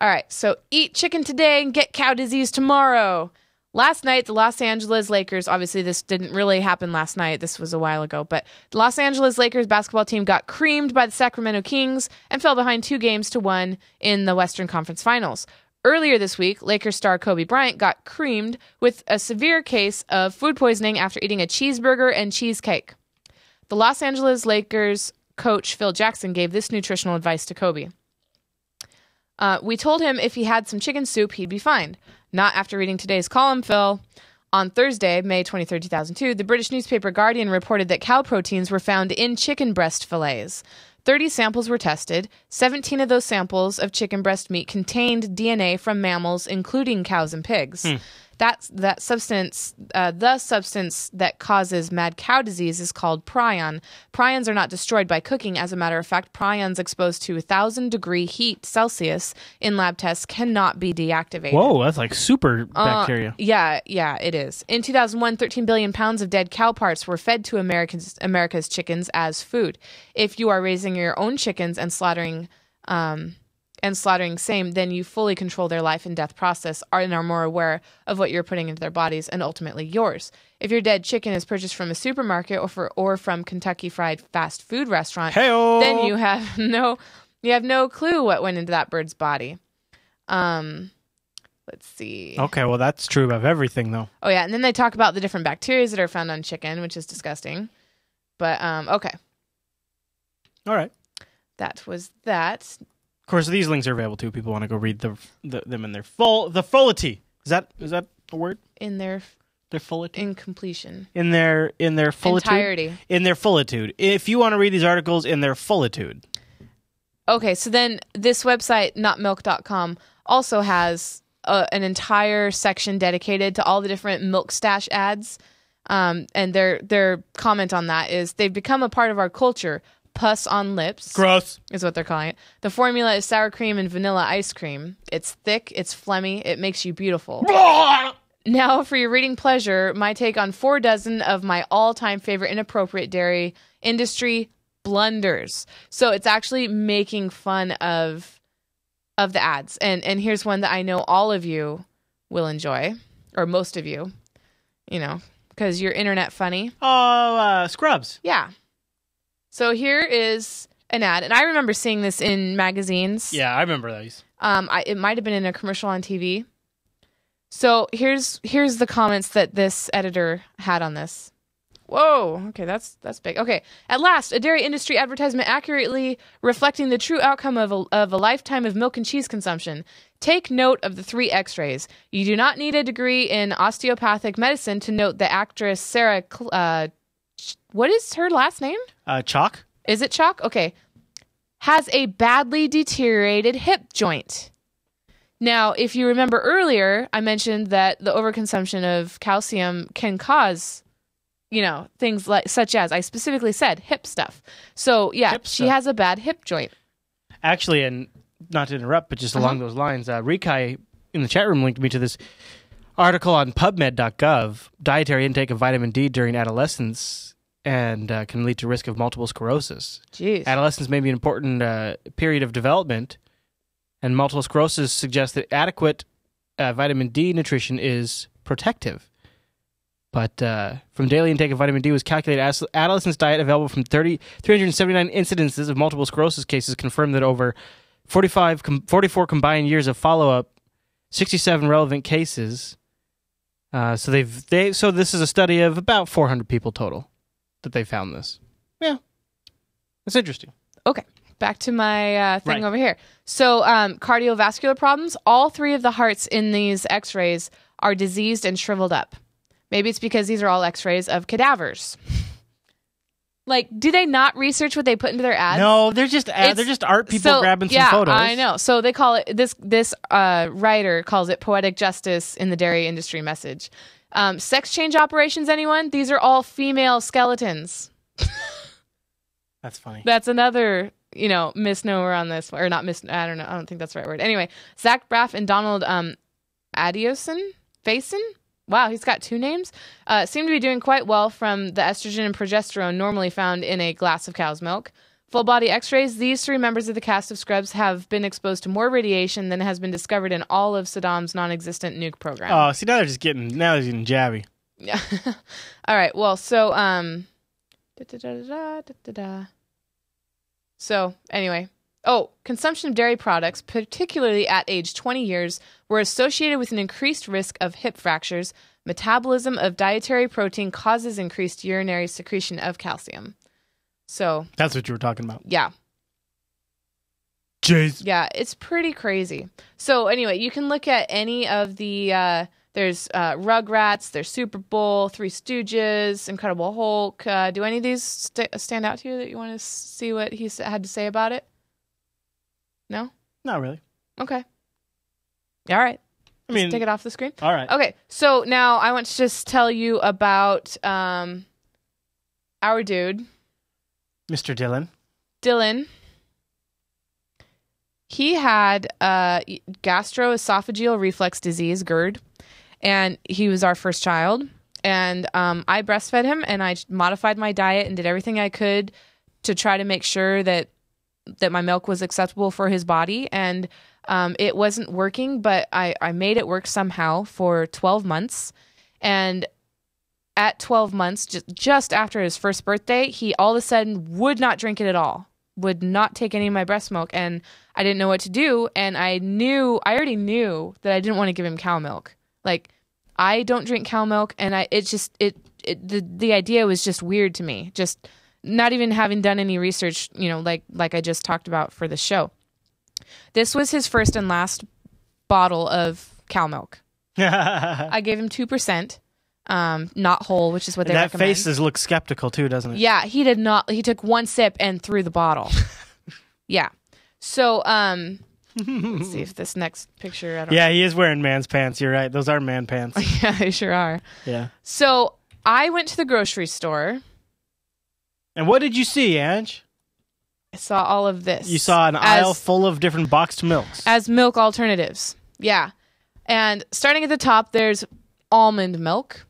[SPEAKER 1] All right. So, eat chicken today and get cow disease tomorrow. Last night, the Los Angeles Lakers, obviously, this didn't really happen last night. This was a while ago, but the Los Angeles Lakers basketball team got creamed by the Sacramento Kings and fell behind two games to one in the Western Conference Finals. Earlier this week, Lakers star Kobe Bryant got creamed with a severe case of food poisoning after eating a cheeseburger and cheesecake. The Los Angeles Lakers coach Phil Jackson gave this nutritional advice to Kobe. Uh, we told him if he had some chicken soup, he'd be fine. Not after reading today's column, Phil. On Thursday, May 23, 2002, the British newspaper Guardian reported that cow proteins were found in chicken breast fillets. 30 samples were tested. 17 of those samples of chicken breast meat contained DNA from mammals, including cows and pigs. That, that substance, uh, the substance that causes mad cow disease, is called prion. Prions are not destroyed by cooking. As a matter of fact, prions exposed to 1,000 degree heat Celsius in lab tests cannot be deactivated.
[SPEAKER 2] Whoa, that's like super
[SPEAKER 1] Uh,
[SPEAKER 2] bacteria.
[SPEAKER 1] yeah, yeah, it is. In 2001, 13 billion pounds of dead cow parts were fed to Americans, America's chickens as food. If you are raising your own chickens and slaughtering, um, and slaughtering same, then you fully control their life and death process are and are more aware of what you're putting into their bodies and ultimately yours. If your dead chicken is purchased from a supermarket or for or from Kentucky Fried fast food restaurant,
[SPEAKER 2] Heyo.
[SPEAKER 1] then you have no you have no clue what went into that bird's body. Um, let's see.
[SPEAKER 2] Okay, well that's true about everything though.
[SPEAKER 1] Oh yeah, and then they talk about the different bacteria that are found on chicken, which is disgusting. But um, okay,
[SPEAKER 2] All right.
[SPEAKER 1] that was that.
[SPEAKER 2] Of course, these links are available too. People want to go read the, the them in their full the fullity. Is that is that a word?
[SPEAKER 1] In their
[SPEAKER 2] Their fullity.
[SPEAKER 1] incompletion,
[SPEAKER 2] In their in their fullitude.
[SPEAKER 1] entirety.
[SPEAKER 2] In their fullitude. If you want to read these articles in their fullitude,
[SPEAKER 1] Okay, so then this website, notmilk.com, also has uh an entire section dedicated to all the different milk stash ads. Um, and their their comment on that is they've become a part of our culture. Puss on lips.
[SPEAKER 2] gross.
[SPEAKER 1] is what they're calling it. The formula is sour cream and vanilla ice cream. It's thick, it's phlegmy, it makes you beautiful. now, for your reading pleasure, my take on four dozen of my all time favorite inappropriate dairy industry blunders. So it's actually making fun of of the ads. And and here's one that I know all of you will enjoy, or most of you, you know, because you're internet funny.
[SPEAKER 2] Oh, uh, Scrubs.
[SPEAKER 1] Yeah. So here is an ad, and I remember seeing this in magazines.
[SPEAKER 2] Yeah, I remember those.
[SPEAKER 1] Um, I, it might have been in a commercial on TV. So here's here's the comments that this editor had on this. Whoa. Okay, that's that's big. Okay. At last, a dairy industry advertisement accurately reflecting the true outcome of a, of a lifetime of milk and cheese consumption. Take note of the three X-rays. You do not need a degree in osteopathic medicine to note the actress Sarah. Cl- uh, Ch- what is her last name?
[SPEAKER 2] Uh, Chalk.
[SPEAKER 1] Is it chalk? Okay. Has a badly deteriorated hip joint. Now, if you remember earlier, I mentioned that the overconsumption of calcium can cause, you know, things like such as I specifically said hip stuff. So yeah,
[SPEAKER 2] Hip
[SPEAKER 1] she
[SPEAKER 2] stuff.
[SPEAKER 1] has a bad hip joint.
[SPEAKER 2] Actually, and not to interrupt, but just along those lines, uh, Rikai in the chat room linked me to this article on PubMed.gov: dietary intake of vitamin D during adolescence and uh, can lead to risk of multiple sclerosis.
[SPEAKER 1] Jeez.
[SPEAKER 2] adolescence may be an important uh, period of development And multiple sclerosis suggests that adequate uh, vitamin D nutrition is protective. But uh, from daily intake of vitamin D was calculated, as adolescents' diet available from 30, 379 incidences of multiple sclerosis cases confirmed that over 45, com- 44 combined years of follow up, 67 relevant cases. Uh, so they've they so this is a study of about 400 people total that they found this. Yeah, that's interesting.
[SPEAKER 1] Okay, back to my uh, thing
[SPEAKER 2] Right.
[SPEAKER 1] over here. So, um, cardiovascular problems. All three of the hearts in these x rays are diseased and shriveled up. Maybe it's because these are all x rays of cadavers. Like, do they not research what they put into their ads?
[SPEAKER 2] No, they're just ad,
[SPEAKER 1] It's-
[SPEAKER 2] they're just art people
[SPEAKER 1] so-
[SPEAKER 2] grabbing some
[SPEAKER 1] yeah,
[SPEAKER 2] photos.
[SPEAKER 1] I know. So they call it this. This uh, writer calls it poetic justice in the dairy industry message. Um, sex change operations. Anyone? These are all female skeletons.
[SPEAKER 2] That's funny.
[SPEAKER 1] That's another you know misnomer on this, or not mis. I don't know. I don't think that's the right word. Anyway, Zach Braff and Donald um, Adioson Faison. Wow, he's got two names. Uh, seem to be doing quite well from the estrogen and progesterone normally found in a glass of cow's milk. Full body x rays, these three members of the cast of Scrubs have been exposed to more radiation than has been discovered in all of Saddam's non existent nuke program.
[SPEAKER 2] Oh, see now they're just getting now they're getting jabby.
[SPEAKER 1] Yeah. All right. Well, so um da-da-da-da-da, da-da-da. So, anyway, oh, consumption of dairy products, particularly at age 20 years, were associated with an increased risk of hip fractures. Metabolism of dietary protein causes increased urinary secretion of calcium. So,
[SPEAKER 2] That's what you were talking about.
[SPEAKER 1] yeah.
[SPEAKER 2] Jeez.
[SPEAKER 1] Yeah, it's pretty crazy. So anyway, you can look at any of the uh, there's uh, Rugrats, there's Super Bowl, Three Stooges, Incredible Hulk. Uh, do any of these st- stand out to you that you want to see what he s- had to say about it? No.
[SPEAKER 2] Not really.
[SPEAKER 1] Okay. All right.
[SPEAKER 2] I mean,
[SPEAKER 1] Take it off the screen.
[SPEAKER 2] all right.
[SPEAKER 1] Okay, so now I want to just tell you about um, our dude.
[SPEAKER 2] Mr. Dylan.
[SPEAKER 1] Dylan, he had uh, gastroesophageal reflux disease, GERD, and he was our first child. And um, I breastfed him, and I modified my diet and did everything I could to try to make sure that that my milk was acceptable for his body. And um, it wasn't working, but I, I made it work somehow for 12 months. And at 12 months, just, just after his first birthday, he all of a sudden would not drink it at all, would not take any of my breast milk. And I didn't know what to do. And I knew, I already knew that I didn't want to give him cow milk. Like, I don't drink cow milk. And I, it just, it, it the, the idea was just weird to me. Just not even having done any research, you know, like, like I just talked about for the show. This was his first and last bottle of cow milk.
[SPEAKER 2] that
[SPEAKER 1] I gave him 2%. Um, not whole, which is what they recommend.
[SPEAKER 2] face is, looks skeptical too, doesn't it?
[SPEAKER 1] Yeah, he did not. He took one sip and threw the bottle. yeah. So, um, let's see if this next picture. I don't.
[SPEAKER 2] Yeah, he is wearing man's pants. You're right. Those are man pants.
[SPEAKER 1] yeah, they sure are.
[SPEAKER 2] yeah.
[SPEAKER 1] So I went to the grocery store.
[SPEAKER 2] And what did you see, Ange?
[SPEAKER 1] I saw all of this.
[SPEAKER 2] You saw an aisle
[SPEAKER 1] as-
[SPEAKER 2] full of different boxed milks.
[SPEAKER 1] as milk alternatives. Yeah. And starting at the top, there's almond milk,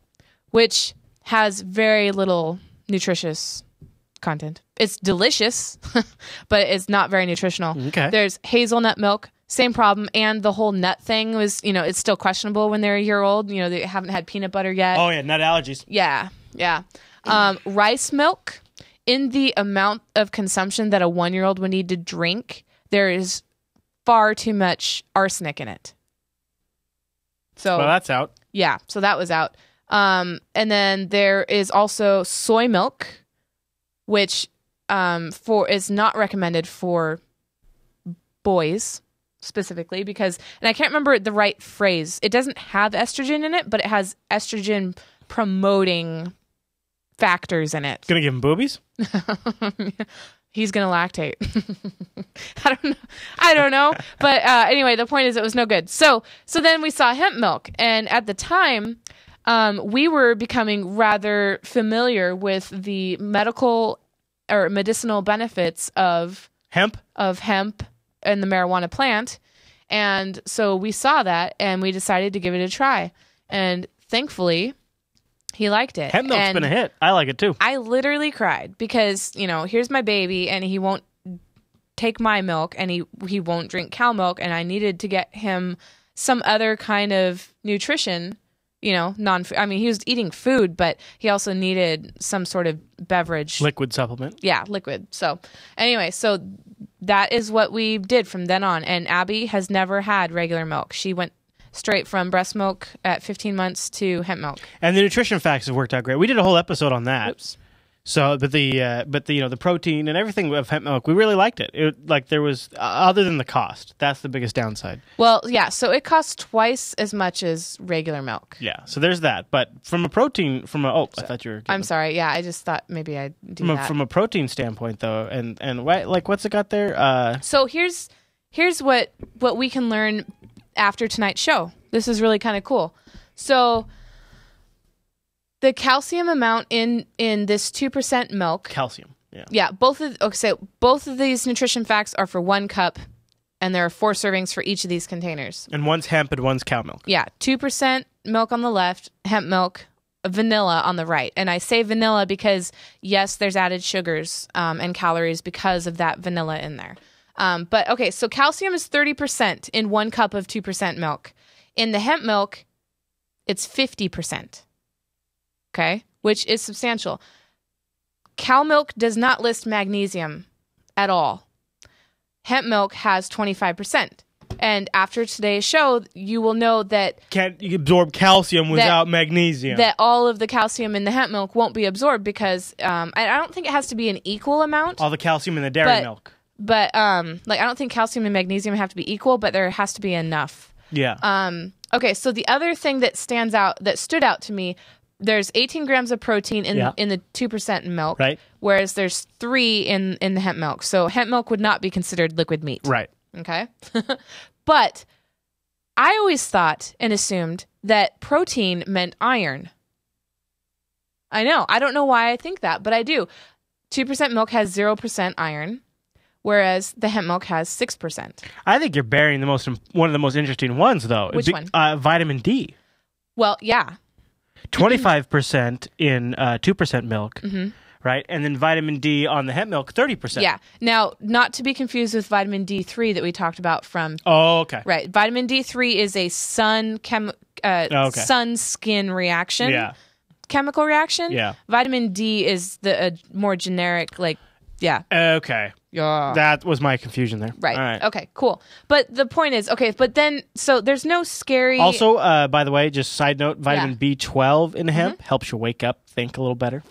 [SPEAKER 1] which has very little nutritious content. It's delicious, but it's not very nutritional.
[SPEAKER 2] Okay.
[SPEAKER 1] There's hazelnut milk, same problem. And the whole nut thing was, you know, it's still questionable when they're a year old. You know, they haven't had peanut butter yet.
[SPEAKER 2] oh yeah, nut allergies.
[SPEAKER 1] Yeah, yeah. Um, rice milk, in the amount of consumption that a one year old would need to drink, there is far too much arsenic in it. So,
[SPEAKER 2] Well, that's out.
[SPEAKER 1] yeah, so that was out. Um, and then there is also soy milk, which um, for is not recommended for boys specifically because, and I can't remember the right phrase. It doesn't have estrogen in it, but it has estrogen promoting factors in it.
[SPEAKER 2] Gonna give him boobies.
[SPEAKER 1] He's gonna lactate. I don't know. I don't know. But uh, anyway, the point is, it was no good. So, so then we saw hemp milk, and at the time, um, we were becoming rather familiar with the medical or medicinal benefits of
[SPEAKER 2] Hemp.
[SPEAKER 1] of hemp and the marijuana plant, and so we saw that, and we decided to give it a try, and thankfully, he liked it.
[SPEAKER 2] Hemp milk's
[SPEAKER 1] And-
[SPEAKER 2] been a hit. I like it too.
[SPEAKER 1] I literally cried because, you know, here's my baby and he won't take my milk and he he won't drink cow milk and I needed to get him some other kind of nutrition, you know, non I mean, he was eating food, but he also needed some sort of beverage.
[SPEAKER 2] Liquid supplement.
[SPEAKER 1] yeah, liquid. So, anyway, so that is what we did from then on and Abby has never had regular milk. She went straight from breast milk at 15 months to hemp milk.
[SPEAKER 2] And the nutrition facts have worked out great. We did a whole episode on that. So, but the uh, but the you know the protein and everything of hemp milk, we really liked it. It like there was uh, other than the cost, that's the biggest downside.
[SPEAKER 1] Well, yeah, so it costs twice as much as regular milk.
[SPEAKER 2] Yeah. So there's that. But from a protein, from a oh, I thought you were.
[SPEAKER 1] I'm sorry. Yeah, I just thought maybe I'd do
[SPEAKER 2] From a,
[SPEAKER 1] that.
[SPEAKER 2] from a protein standpoint, though, and and what like what's it got there? Uh,
[SPEAKER 1] so here's here's what what we can learn after tonight's show. This is really kind of cool. So the calcium amount in in this 2% milk.
[SPEAKER 2] calcium. Yeah.
[SPEAKER 1] Yeah, both of okay, so both of these nutrition facts are for one cup and there are four servings for each of these containers.
[SPEAKER 2] And one's hemp and one's cow milk.
[SPEAKER 1] Yeah, 2% milk on the left, hemp milk, vanilla on the right. And I say vanilla because, yes, there's added sugars um, and calories because of that vanilla in there. Um, but okay, so calcium is 30% in one cup of 2% milk. In the hemp milk, it's 50%, okay, which is substantial. Cow milk does not list magnesium at all hemp milk has 25%. And after today's show, you will know that
[SPEAKER 2] Can't you absorb calcium without magnesium.
[SPEAKER 1] that all of the calcium in the hemp milk won't be absorbed because um, I I don't think it has to be an equal amount.
[SPEAKER 2] All the calcium in the dairy
[SPEAKER 1] But-
[SPEAKER 2] milk.
[SPEAKER 1] But um, like I don't think calcium and magnesium have to be equal, but there has to be enough.
[SPEAKER 2] Yeah.
[SPEAKER 1] Um, okay, so the other thing that stands out that stood out to me, there's 18 grams of protein in
[SPEAKER 2] Yeah.
[SPEAKER 1] in the two percent milk,
[SPEAKER 2] Right.
[SPEAKER 1] Whereas there's three in in the hemp milk, so hemp milk would not be considered liquid meat,
[SPEAKER 2] right.
[SPEAKER 1] Okay. but I always thought and assumed that protein meant iron. I know. I don't know why I think that, but I do. 2% milk has 0% iron, whereas the hemp milk has 6%.
[SPEAKER 2] I think you're burying the most im- one of the most interesting ones though.
[SPEAKER 1] Which
[SPEAKER 2] Be-
[SPEAKER 1] one?
[SPEAKER 2] Uh, vitamin D.
[SPEAKER 1] Well, yeah.
[SPEAKER 2] Twenty five percent in uh, two percent milk. Right, and then vitamin D on the hemp milk, thirty percent.
[SPEAKER 1] Mm-hmm. Yeah. Now, not to be confused with vitamin D3 that we talked about from.
[SPEAKER 2] Oh, okay.
[SPEAKER 1] Right. Vitamin D3 is a sun chem. Uh,
[SPEAKER 2] Oh, okay.
[SPEAKER 1] Sun skin reaction,
[SPEAKER 2] Yeah.
[SPEAKER 1] chemical reaction.
[SPEAKER 2] Yeah.
[SPEAKER 1] Vitamin D is the uh, more generic, like, yeah.
[SPEAKER 2] Okay.
[SPEAKER 1] Yeah.
[SPEAKER 2] That was my confusion there.
[SPEAKER 1] right.
[SPEAKER 2] All right.
[SPEAKER 1] Okay, cool. But the point is, okay, but then so there's no scary
[SPEAKER 2] Also, uh, by the way, just side note: vitamin
[SPEAKER 1] Yeah. Mm-hmm.
[SPEAKER 2] B12 in hemp helps you wake up, think a little better.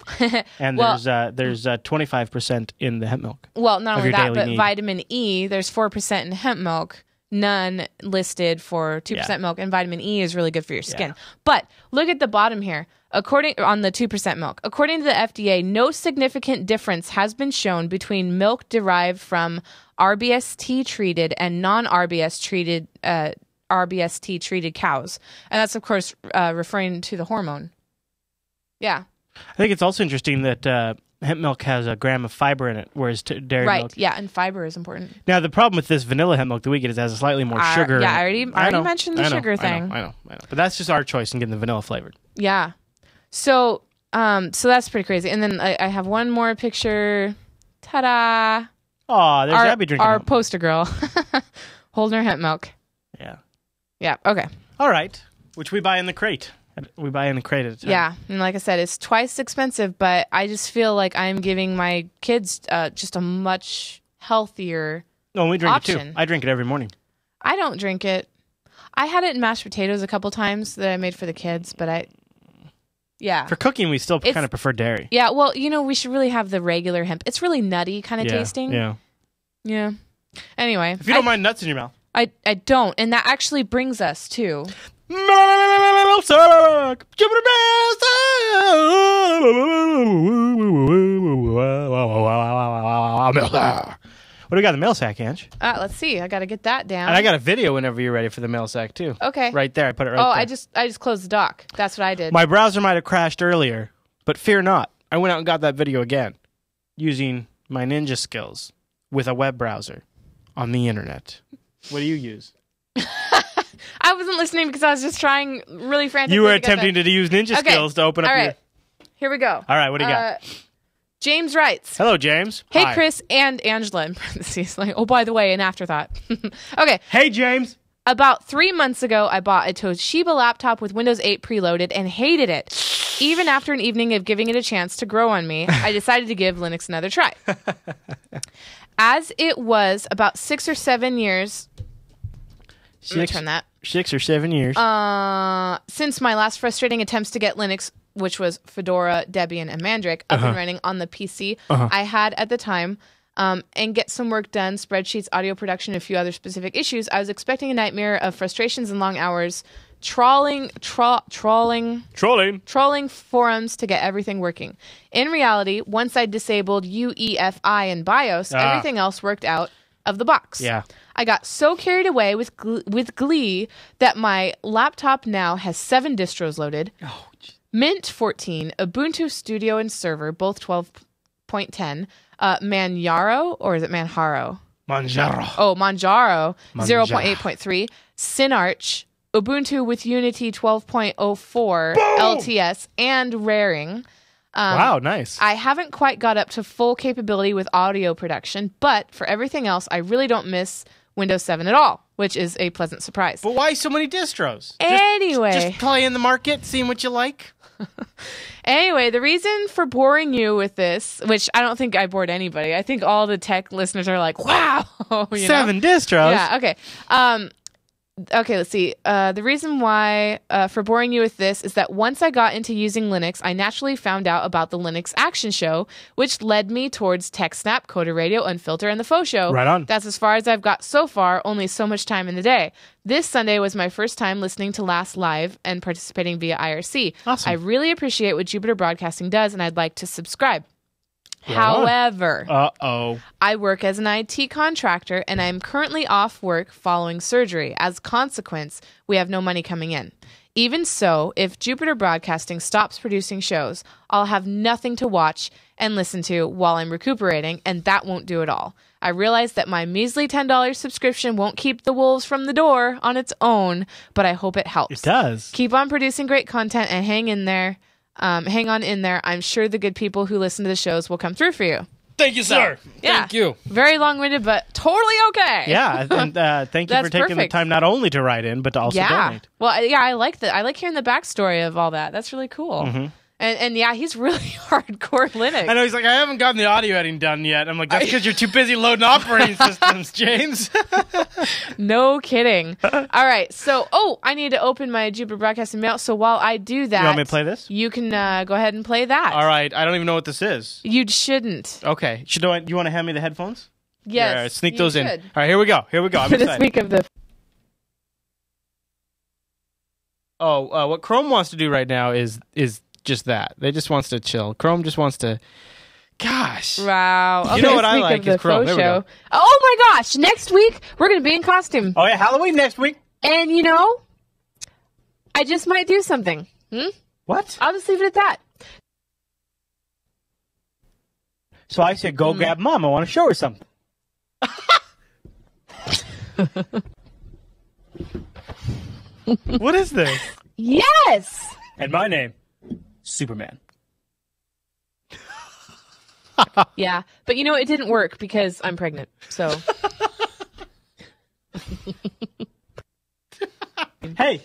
[SPEAKER 2] and
[SPEAKER 1] Well-
[SPEAKER 2] there's uh, there's uh, 25% in the hemp milk.
[SPEAKER 1] well, not
[SPEAKER 2] of
[SPEAKER 1] only
[SPEAKER 2] your
[SPEAKER 1] that,
[SPEAKER 2] daily
[SPEAKER 1] but
[SPEAKER 2] need.
[SPEAKER 1] vitamin E, there's 4% in hemp milk, none listed for 2%
[SPEAKER 2] Yeah.
[SPEAKER 1] milk and vitamin E is really good for your skin. But look at the bottom here. According on the 2% milk. According to the FDA, no significant difference has been shown between milk derived from RBST treated and non-RBS treated uh, RBST treated cows. And that's of course uh, referring to the hormone. Yeah.
[SPEAKER 2] I think it's also interesting that uh, hemp milk has a gram of fiber in it, whereas t- dairy
[SPEAKER 1] right
[SPEAKER 2] milk.
[SPEAKER 1] yeah and fiber is important
[SPEAKER 2] Now, the problem with this vanilla hemp milk that we get is it has a slightly more
[SPEAKER 1] I- yeah,
[SPEAKER 2] sugar. in it.
[SPEAKER 1] I already- I already mentioned the
[SPEAKER 2] I know,
[SPEAKER 1] sugar
[SPEAKER 2] I know,
[SPEAKER 1] thing.
[SPEAKER 2] I know, I know. But that's just our choice in getting the vanilla flavored.
[SPEAKER 1] yeah so um so that's pretty crazy and then i, I have one more picture ta-da
[SPEAKER 2] Oh, there's
[SPEAKER 1] our,
[SPEAKER 2] Abby drinking.
[SPEAKER 1] our
[SPEAKER 2] hemp.
[SPEAKER 1] poster girl holding her hemp milk
[SPEAKER 2] yeah.
[SPEAKER 1] yeah okay
[SPEAKER 2] All right. Which we buy in the crate. We buy in the crate at a time.
[SPEAKER 1] yeah and like i said it's twice as expensive but i just feel like i'm giving my kids uh, just a much healthier
[SPEAKER 2] No, Oh, we drink it
[SPEAKER 1] Option.
[SPEAKER 2] too. I drink it every morning.
[SPEAKER 1] i don't drink it i had it in mashed potatoes a couple times that i made for the kids but i yeah
[SPEAKER 2] For cooking, we still
[SPEAKER 1] It's-
[SPEAKER 2] kind of prefer dairy.
[SPEAKER 1] Yeah, well, you know, we should really have the regular hemp. It's really nutty kind of
[SPEAKER 2] yeah,
[SPEAKER 1] tasting.
[SPEAKER 2] Yeah.
[SPEAKER 1] Yeah. Anyway,
[SPEAKER 2] If you don't
[SPEAKER 1] I,
[SPEAKER 2] mind nuts in your mouth.
[SPEAKER 1] I I don't, and that actually brings us to
[SPEAKER 2] What do we got in the mail sack, Ange?
[SPEAKER 1] uh, let's see. I got to get that down.
[SPEAKER 2] And I got a video whenever you're ready for the mail sack too.
[SPEAKER 1] okay.
[SPEAKER 2] Right there, I put it right
[SPEAKER 1] oh,
[SPEAKER 2] there.
[SPEAKER 1] I just I just closed the doc. That's what I did.
[SPEAKER 2] my browser might have crashed earlier, but fear not. I went out and got that video again using my ninja skills with a web browser on the internet. What do you use?
[SPEAKER 1] I wasn't listening because I was just trying really frantically.
[SPEAKER 2] You were
[SPEAKER 1] to get
[SPEAKER 2] attempting
[SPEAKER 1] the-
[SPEAKER 2] to use ninja
[SPEAKER 1] Okay.
[SPEAKER 2] skills to open up
[SPEAKER 1] All
[SPEAKER 2] your.
[SPEAKER 1] right. Here we go.
[SPEAKER 2] All right, what do you got?
[SPEAKER 1] Uh, James writes,
[SPEAKER 2] Hello, James.
[SPEAKER 1] Hey,
[SPEAKER 2] Hi.
[SPEAKER 1] Chris and Angela, in parentheses, like, oh, by the way, an afterthought. okay,
[SPEAKER 2] Hey, James.
[SPEAKER 1] About three months ago, I bought a Toshiba laptop with Windows 8 preloaded and hated it. Even after an evening of giving it a chance to grow on me, I decided to give Linux another try. As it was about six or seven years, I'm gonna
[SPEAKER 2] Six,
[SPEAKER 1] turn that,
[SPEAKER 2] six or seven years.
[SPEAKER 1] uh, since my last frustrating attempts to get Linux, which was Fedora, Debian, and Mandrake, up and running on the PC I had at the time. Um, and get some work done, spreadsheets, audio production, and a few other specific issues. I was expecting a nightmare of frustrations and long hours, trawling, tra- trawling,
[SPEAKER 2] Trolling.
[SPEAKER 1] trolling forums to get everything working. In reality, once I disabled UEFI and BIOS,
[SPEAKER 2] Ah.
[SPEAKER 1] everything else worked out of the box.
[SPEAKER 2] Yeah.
[SPEAKER 1] I got so carried away with gl- with glee that my laptop now has 7 distros loaded.
[SPEAKER 2] Oh,
[SPEAKER 1] Mint 14, Ubuntu Studio and Server, both 12.10, uh Manjaro or is it Manjaro?
[SPEAKER 2] Manjaro.
[SPEAKER 1] Oh, Manjaro,
[SPEAKER 2] Manjaro.
[SPEAKER 1] 0.8.3, Synarch, Ubuntu with Unity 12.04 LTS, and Raring.
[SPEAKER 2] wow, nice.
[SPEAKER 1] um, I haven't quite got up to full capability with audio production, but for everything else, I really don't miss Windows 7 at all, which is a pleasant surprise.
[SPEAKER 2] but why so many distros?
[SPEAKER 1] Anyway.
[SPEAKER 2] Just, just play in the market, seeing what you like.
[SPEAKER 1] Anyway, the reason for boring you with this, which I don't think I bored anybody, I think all the tech listeners are like, wow. you know?
[SPEAKER 2] Seven distros.
[SPEAKER 1] Yeah. Okay. Um, okay. Let's see. Uh, the reason why uh, for boring you with this is that once I got into using Linux, I naturally found out about the Linux Action Show, which led me towards TechSnap, Coda Radio, Unfilter, and the Faux Show.
[SPEAKER 2] Right on.
[SPEAKER 1] That's as far as I've got so far. Only so much time in the day. This Sunday was my first time listening to Last Live and participating via IRC.
[SPEAKER 2] Awesome.
[SPEAKER 1] I really appreciate what Jupiter Broadcasting does, and I'd like to subscribe.
[SPEAKER 2] Right on.
[SPEAKER 1] However,
[SPEAKER 2] Uh oh.
[SPEAKER 1] I work as an IT contractor and I am currently off work following surgery. As consequence, we have no money coming in. Even so, if Jupiter Broadcasting stops producing shows, I'll have nothing to watch and listen to while I'm recuperating, and that won't do it all. I realize that my measly $10 subscription won't keep the wolves from the door on its own, but I hope it helps.
[SPEAKER 2] It does.
[SPEAKER 1] Keep on producing great content and hang in there. Um, hang on in there. I'm sure the good people who listen to the shows will come through for you.
[SPEAKER 6] Thank you, sir.
[SPEAKER 1] Yeah.
[SPEAKER 6] Thank you.
[SPEAKER 1] Very long winded, but totally okay.
[SPEAKER 2] Yeah, and uh, thank you for
[SPEAKER 1] That's
[SPEAKER 2] taking
[SPEAKER 1] perfect.
[SPEAKER 2] the time not only to write in but to also
[SPEAKER 1] Yeah.
[SPEAKER 2] donate.
[SPEAKER 1] Well, I- yeah, I like that. I like hearing the backstory of all that. That's really cool.
[SPEAKER 2] Mm-hmm.
[SPEAKER 1] And and yeah, he's really hardcore Linux.
[SPEAKER 2] I know he's like, I haven't gotten the audio editing done yet. I'm like, that's because you're too busy loading operating systems, James.
[SPEAKER 1] No kidding. all right. So, oh, I need to open my Jupiter Broadcasting mail. So while I do that,
[SPEAKER 2] You want me to play this?
[SPEAKER 1] You can uh, go ahead and play that.
[SPEAKER 2] All right, I don't even know what this is.
[SPEAKER 1] You shouldn't.
[SPEAKER 2] Okay, should I, you want to hand me the headphones?
[SPEAKER 1] Yes.
[SPEAKER 2] Yeah, sneak
[SPEAKER 1] you
[SPEAKER 2] those in. All
[SPEAKER 1] should.
[SPEAKER 2] right, here we go. Here we go. I'm
[SPEAKER 1] For this
[SPEAKER 2] excited.
[SPEAKER 1] week of the.
[SPEAKER 2] Oh, uh, what Chrome wants to do right now is is just that. They just wants to chill. Chrome just wants to. Gosh.
[SPEAKER 1] Wow. Okay,
[SPEAKER 2] You know what I
[SPEAKER 1] sneak
[SPEAKER 2] like
[SPEAKER 1] of
[SPEAKER 2] is
[SPEAKER 1] the
[SPEAKER 2] Chrome.
[SPEAKER 1] faux
[SPEAKER 2] There we go.
[SPEAKER 1] show. Oh my gosh! Next week we're gonna be in costume.
[SPEAKER 2] Oh yeah, Halloween next week.
[SPEAKER 1] And you know, I just might do something. Hmm?
[SPEAKER 2] What?
[SPEAKER 1] I'll just leave it at that.
[SPEAKER 2] So I said, go grab mom. I want to show her something. what is this?
[SPEAKER 1] Yes.
[SPEAKER 2] And my name, Superman.
[SPEAKER 1] Yeah, but you know it didn't work because I'm pregnant. So
[SPEAKER 2] Hey,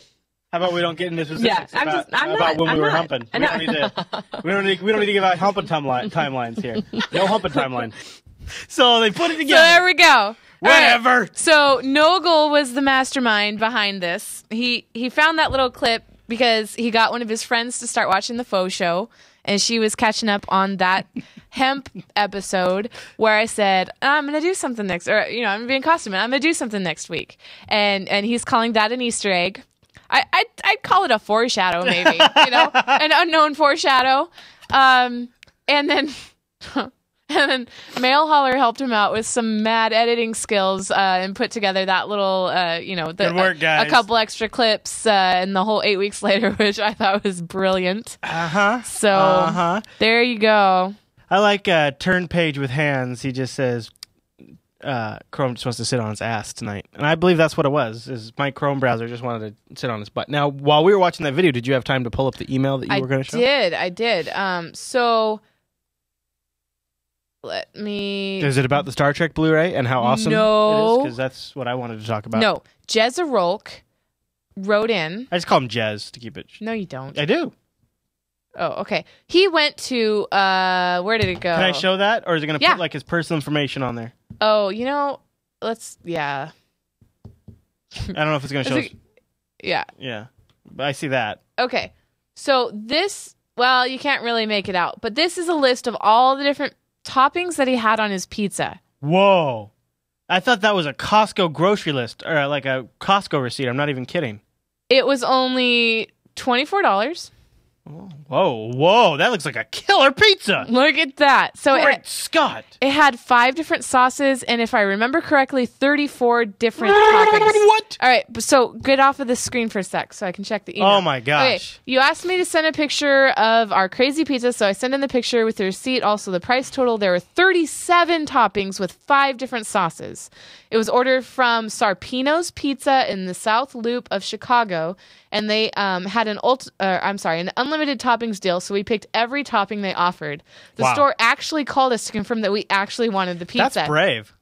[SPEAKER 2] how about we don't get in this position
[SPEAKER 1] Yeah, I'm
[SPEAKER 2] about,
[SPEAKER 1] just- I'm
[SPEAKER 2] about
[SPEAKER 1] not-
[SPEAKER 2] when
[SPEAKER 1] I'm
[SPEAKER 2] we were
[SPEAKER 1] not.
[SPEAKER 2] humping? We
[SPEAKER 1] I'm
[SPEAKER 2] don't, need to, we, don't need, we don't need to give out humping timeline, timelines here. No humping timeline. So they put it
[SPEAKER 1] there we go. All right.
[SPEAKER 2] Whatever.
[SPEAKER 1] So Nogel was the mastermind behind this. He he found that little clip because he got one of his friends to start watching the faux show, and she was catching up on that hemp episode where I said I'm gonna do something next, or you know I'm gonna be in costume and I'm gonna do something next week, and and he's calling that an Easter egg. I I'd, I'd call it a foreshadow maybe, you know, an unknown foreshadow. Um, and then and then Mail Hauler helped him out with some mad editing skills uh, and put together that little, uh, you know, the,
[SPEAKER 2] Good work,
[SPEAKER 1] a-
[SPEAKER 2] guys.
[SPEAKER 1] A, couple extra clips uh, and the whole eight weeks later, which I thought was brilliant.
[SPEAKER 2] Uh huh.
[SPEAKER 1] So
[SPEAKER 2] Uh huh.
[SPEAKER 1] there you go.
[SPEAKER 2] I like uh, turn page with hands. He just says, uh, "Chrome just wants to sit on his ass tonight," and I believe that's what it was. Is my Chrome browser just wanted to sit on his butt? Now, while we were watching that video, did you have time to pull up the email that you
[SPEAKER 1] I
[SPEAKER 2] were going to show?
[SPEAKER 1] did. I did. Um, so Let me.
[SPEAKER 2] Is it about the Star Trek Blu-ray and how awesome it is?
[SPEAKER 1] No.
[SPEAKER 2] Because that's what I wanted to talk about.
[SPEAKER 1] No, Jezza Rolk wrote in.
[SPEAKER 2] I just call him Jez to keep it. sh-
[SPEAKER 1] No, you don't.
[SPEAKER 2] I do.
[SPEAKER 1] Oh, okay. He went to. uh Where did it go?
[SPEAKER 2] Can I show that, or is it going to
[SPEAKER 1] Yeah.
[SPEAKER 2] put like his personal information on there?
[SPEAKER 1] Oh, you know, let's. Yeah,
[SPEAKER 2] I don't know if it's going to
[SPEAKER 1] Is
[SPEAKER 2] show.
[SPEAKER 1] it-
[SPEAKER 2] us-
[SPEAKER 1] yeah.
[SPEAKER 2] Yeah, but I see that.
[SPEAKER 1] Okay. So this, well, you can't really make it out, but this is a list of all the different toppings that he had on his pizza.
[SPEAKER 2] Whoa! I thought that was a Costco grocery list or uh, like a Costco receipt. I'm not even kidding.
[SPEAKER 1] It was only $24.
[SPEAKER 2] Whoa, whoa! That looks like a killer pizza.
[SPEAKER 1] Look at that. So
[SPEAKER 2] Great
[SPEAKER 1] it,
[SPEAKER 2] Scott!
[SPEAKER 1] it had five different sauces, and if I remember correctly, 34 different toppings.
[SPEAKER 2] What?
[SPEAKER 1] All right, b- so get off of the screen for a sec so I can check the email.
[SPEAKER 2] Oh my gosh.
[SPEAKER 1] you asked me to send a picture of our crazy pizza, so I sent in the picture with the receipt, also the price total. There were 37 toppings with five different sauces. It was ordered from Sarpino's Pizza in the South Loop of Chicago, and they um, had an ult- uh, I'm sorry, an unlimited toppings deal, so we picked every topping they offered. The
[SPEAKER 2] Wow.
[SPEAKER 1] store actually called us to confirm that we actually wanted the pizza.
[SPEAKER 2] That's brave.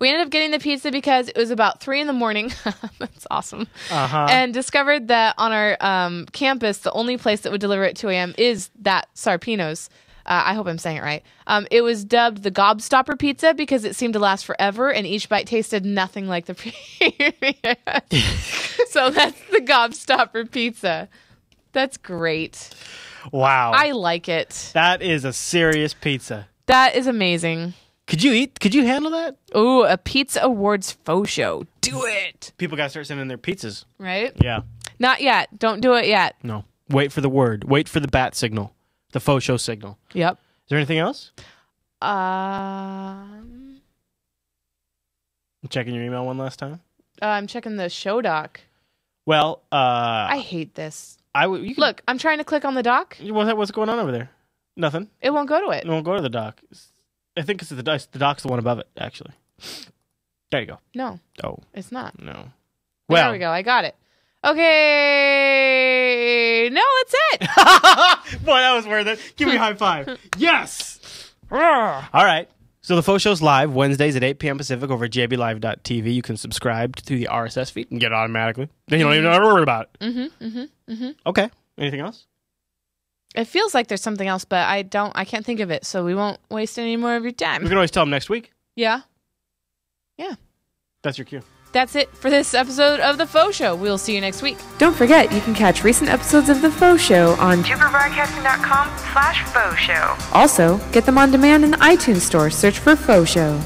[SPEAKER 1] We ended up getting the pizza because it was about three in the morning. That's awesome. And discovered that on our um, campus, the only place that would deliver at 2 a.m. is that Sarpino's. Uh, I hope I'm saying it right. Um, it was dubbed the Gobstopper Pizza because it seemed to last forever, and each bite tasted nothing like the previous. so that's the Gobstopper Pizza. That's great.
[SPEAKER 2] Wow.
[SPEAKER 1] I like it.
[SPEAKER 2] that is a serious pizza.
[SPEAKER 1] That is amazing.
[SPEAKER 2] Could you eat? Could you handle that?
[SPEAKER 1] Ooh, a Pizza Awards faux show. Do it.
[SPEAKER 2] People got to start sending their pizzas.
[SPEAKER 1] Right?
[SPEAKER 2] Yeah.
[SPEAKER 1] Not yet. Don't do it yet.
[SPEAKER 2] No. Wait for the word. Wait for the bat signal. The faux show signal.
[SPEAKER 1] Yep.
[SPEAKER 2] Is there anything else?
[SPEAKER 1] Um,
[SPEAKER 2] I'm checking your email one last time.
[SPEAKER 1] uh, I'm checking the show doc.
[SPEAKER 2] Well, uh,
[SPEAKER 1] I
[SPEAKER 2] I,
[SPEAKER 1] hate this.
[SPEAKER 2] I would you can-
[SPEAKER 1] Look, I'm trying to click on the doc.
[SPEAKER 2] What- what's going on over there? Nothing.
[SPEAKER 1] It won't go to it.
[SPEAKER 2] No, we'll go to the dock. I think it's the dock. The dock's the one above it, actually. There you go.
[SPEAKER 1] No,
[SPEAKER 2] Oh
[SPEAKER 1] it's not.
[SPEAKER 2] no.
[SPEAKER 1] there we go. I got it. Okay. No, that's it.
[SPEAKER 2] Boy, that was worth it. Give me a high five. Yes. All right. So the faux show's live Wednesdays at 8 p.m. Pacific over at jblive.tv. You can subscribe to the RSS feed and get it automatically. Then you don't even have to worry about it.
[SPEAKER 1] hmm hmm hmm
[SPEAKER 2] Okay. Anything else?
[SPEAKER 1] It feels like there's something else, but I don't. I can't think of it. So we won't waste any more of your
[SPEAKER 2] We
[SPEAKER 1] time.
[SPEAKER 2] can always tell them next week.
[SPEAKER 1] Yeah.
[SPEAKER 2] That's your cue.
[SPEAKER 1] That's it for this episode of The Faux Show. We'll see you next week.
[SPEAKER 6] Don't forget, you can catch recent episodes of The Faux Show on.
[SPEAKER 7] JupiterBroadcasting.com slash faux show.
[SPEAKER 6] Also, get them on demand in the iTunes Store. Search for Faux Show.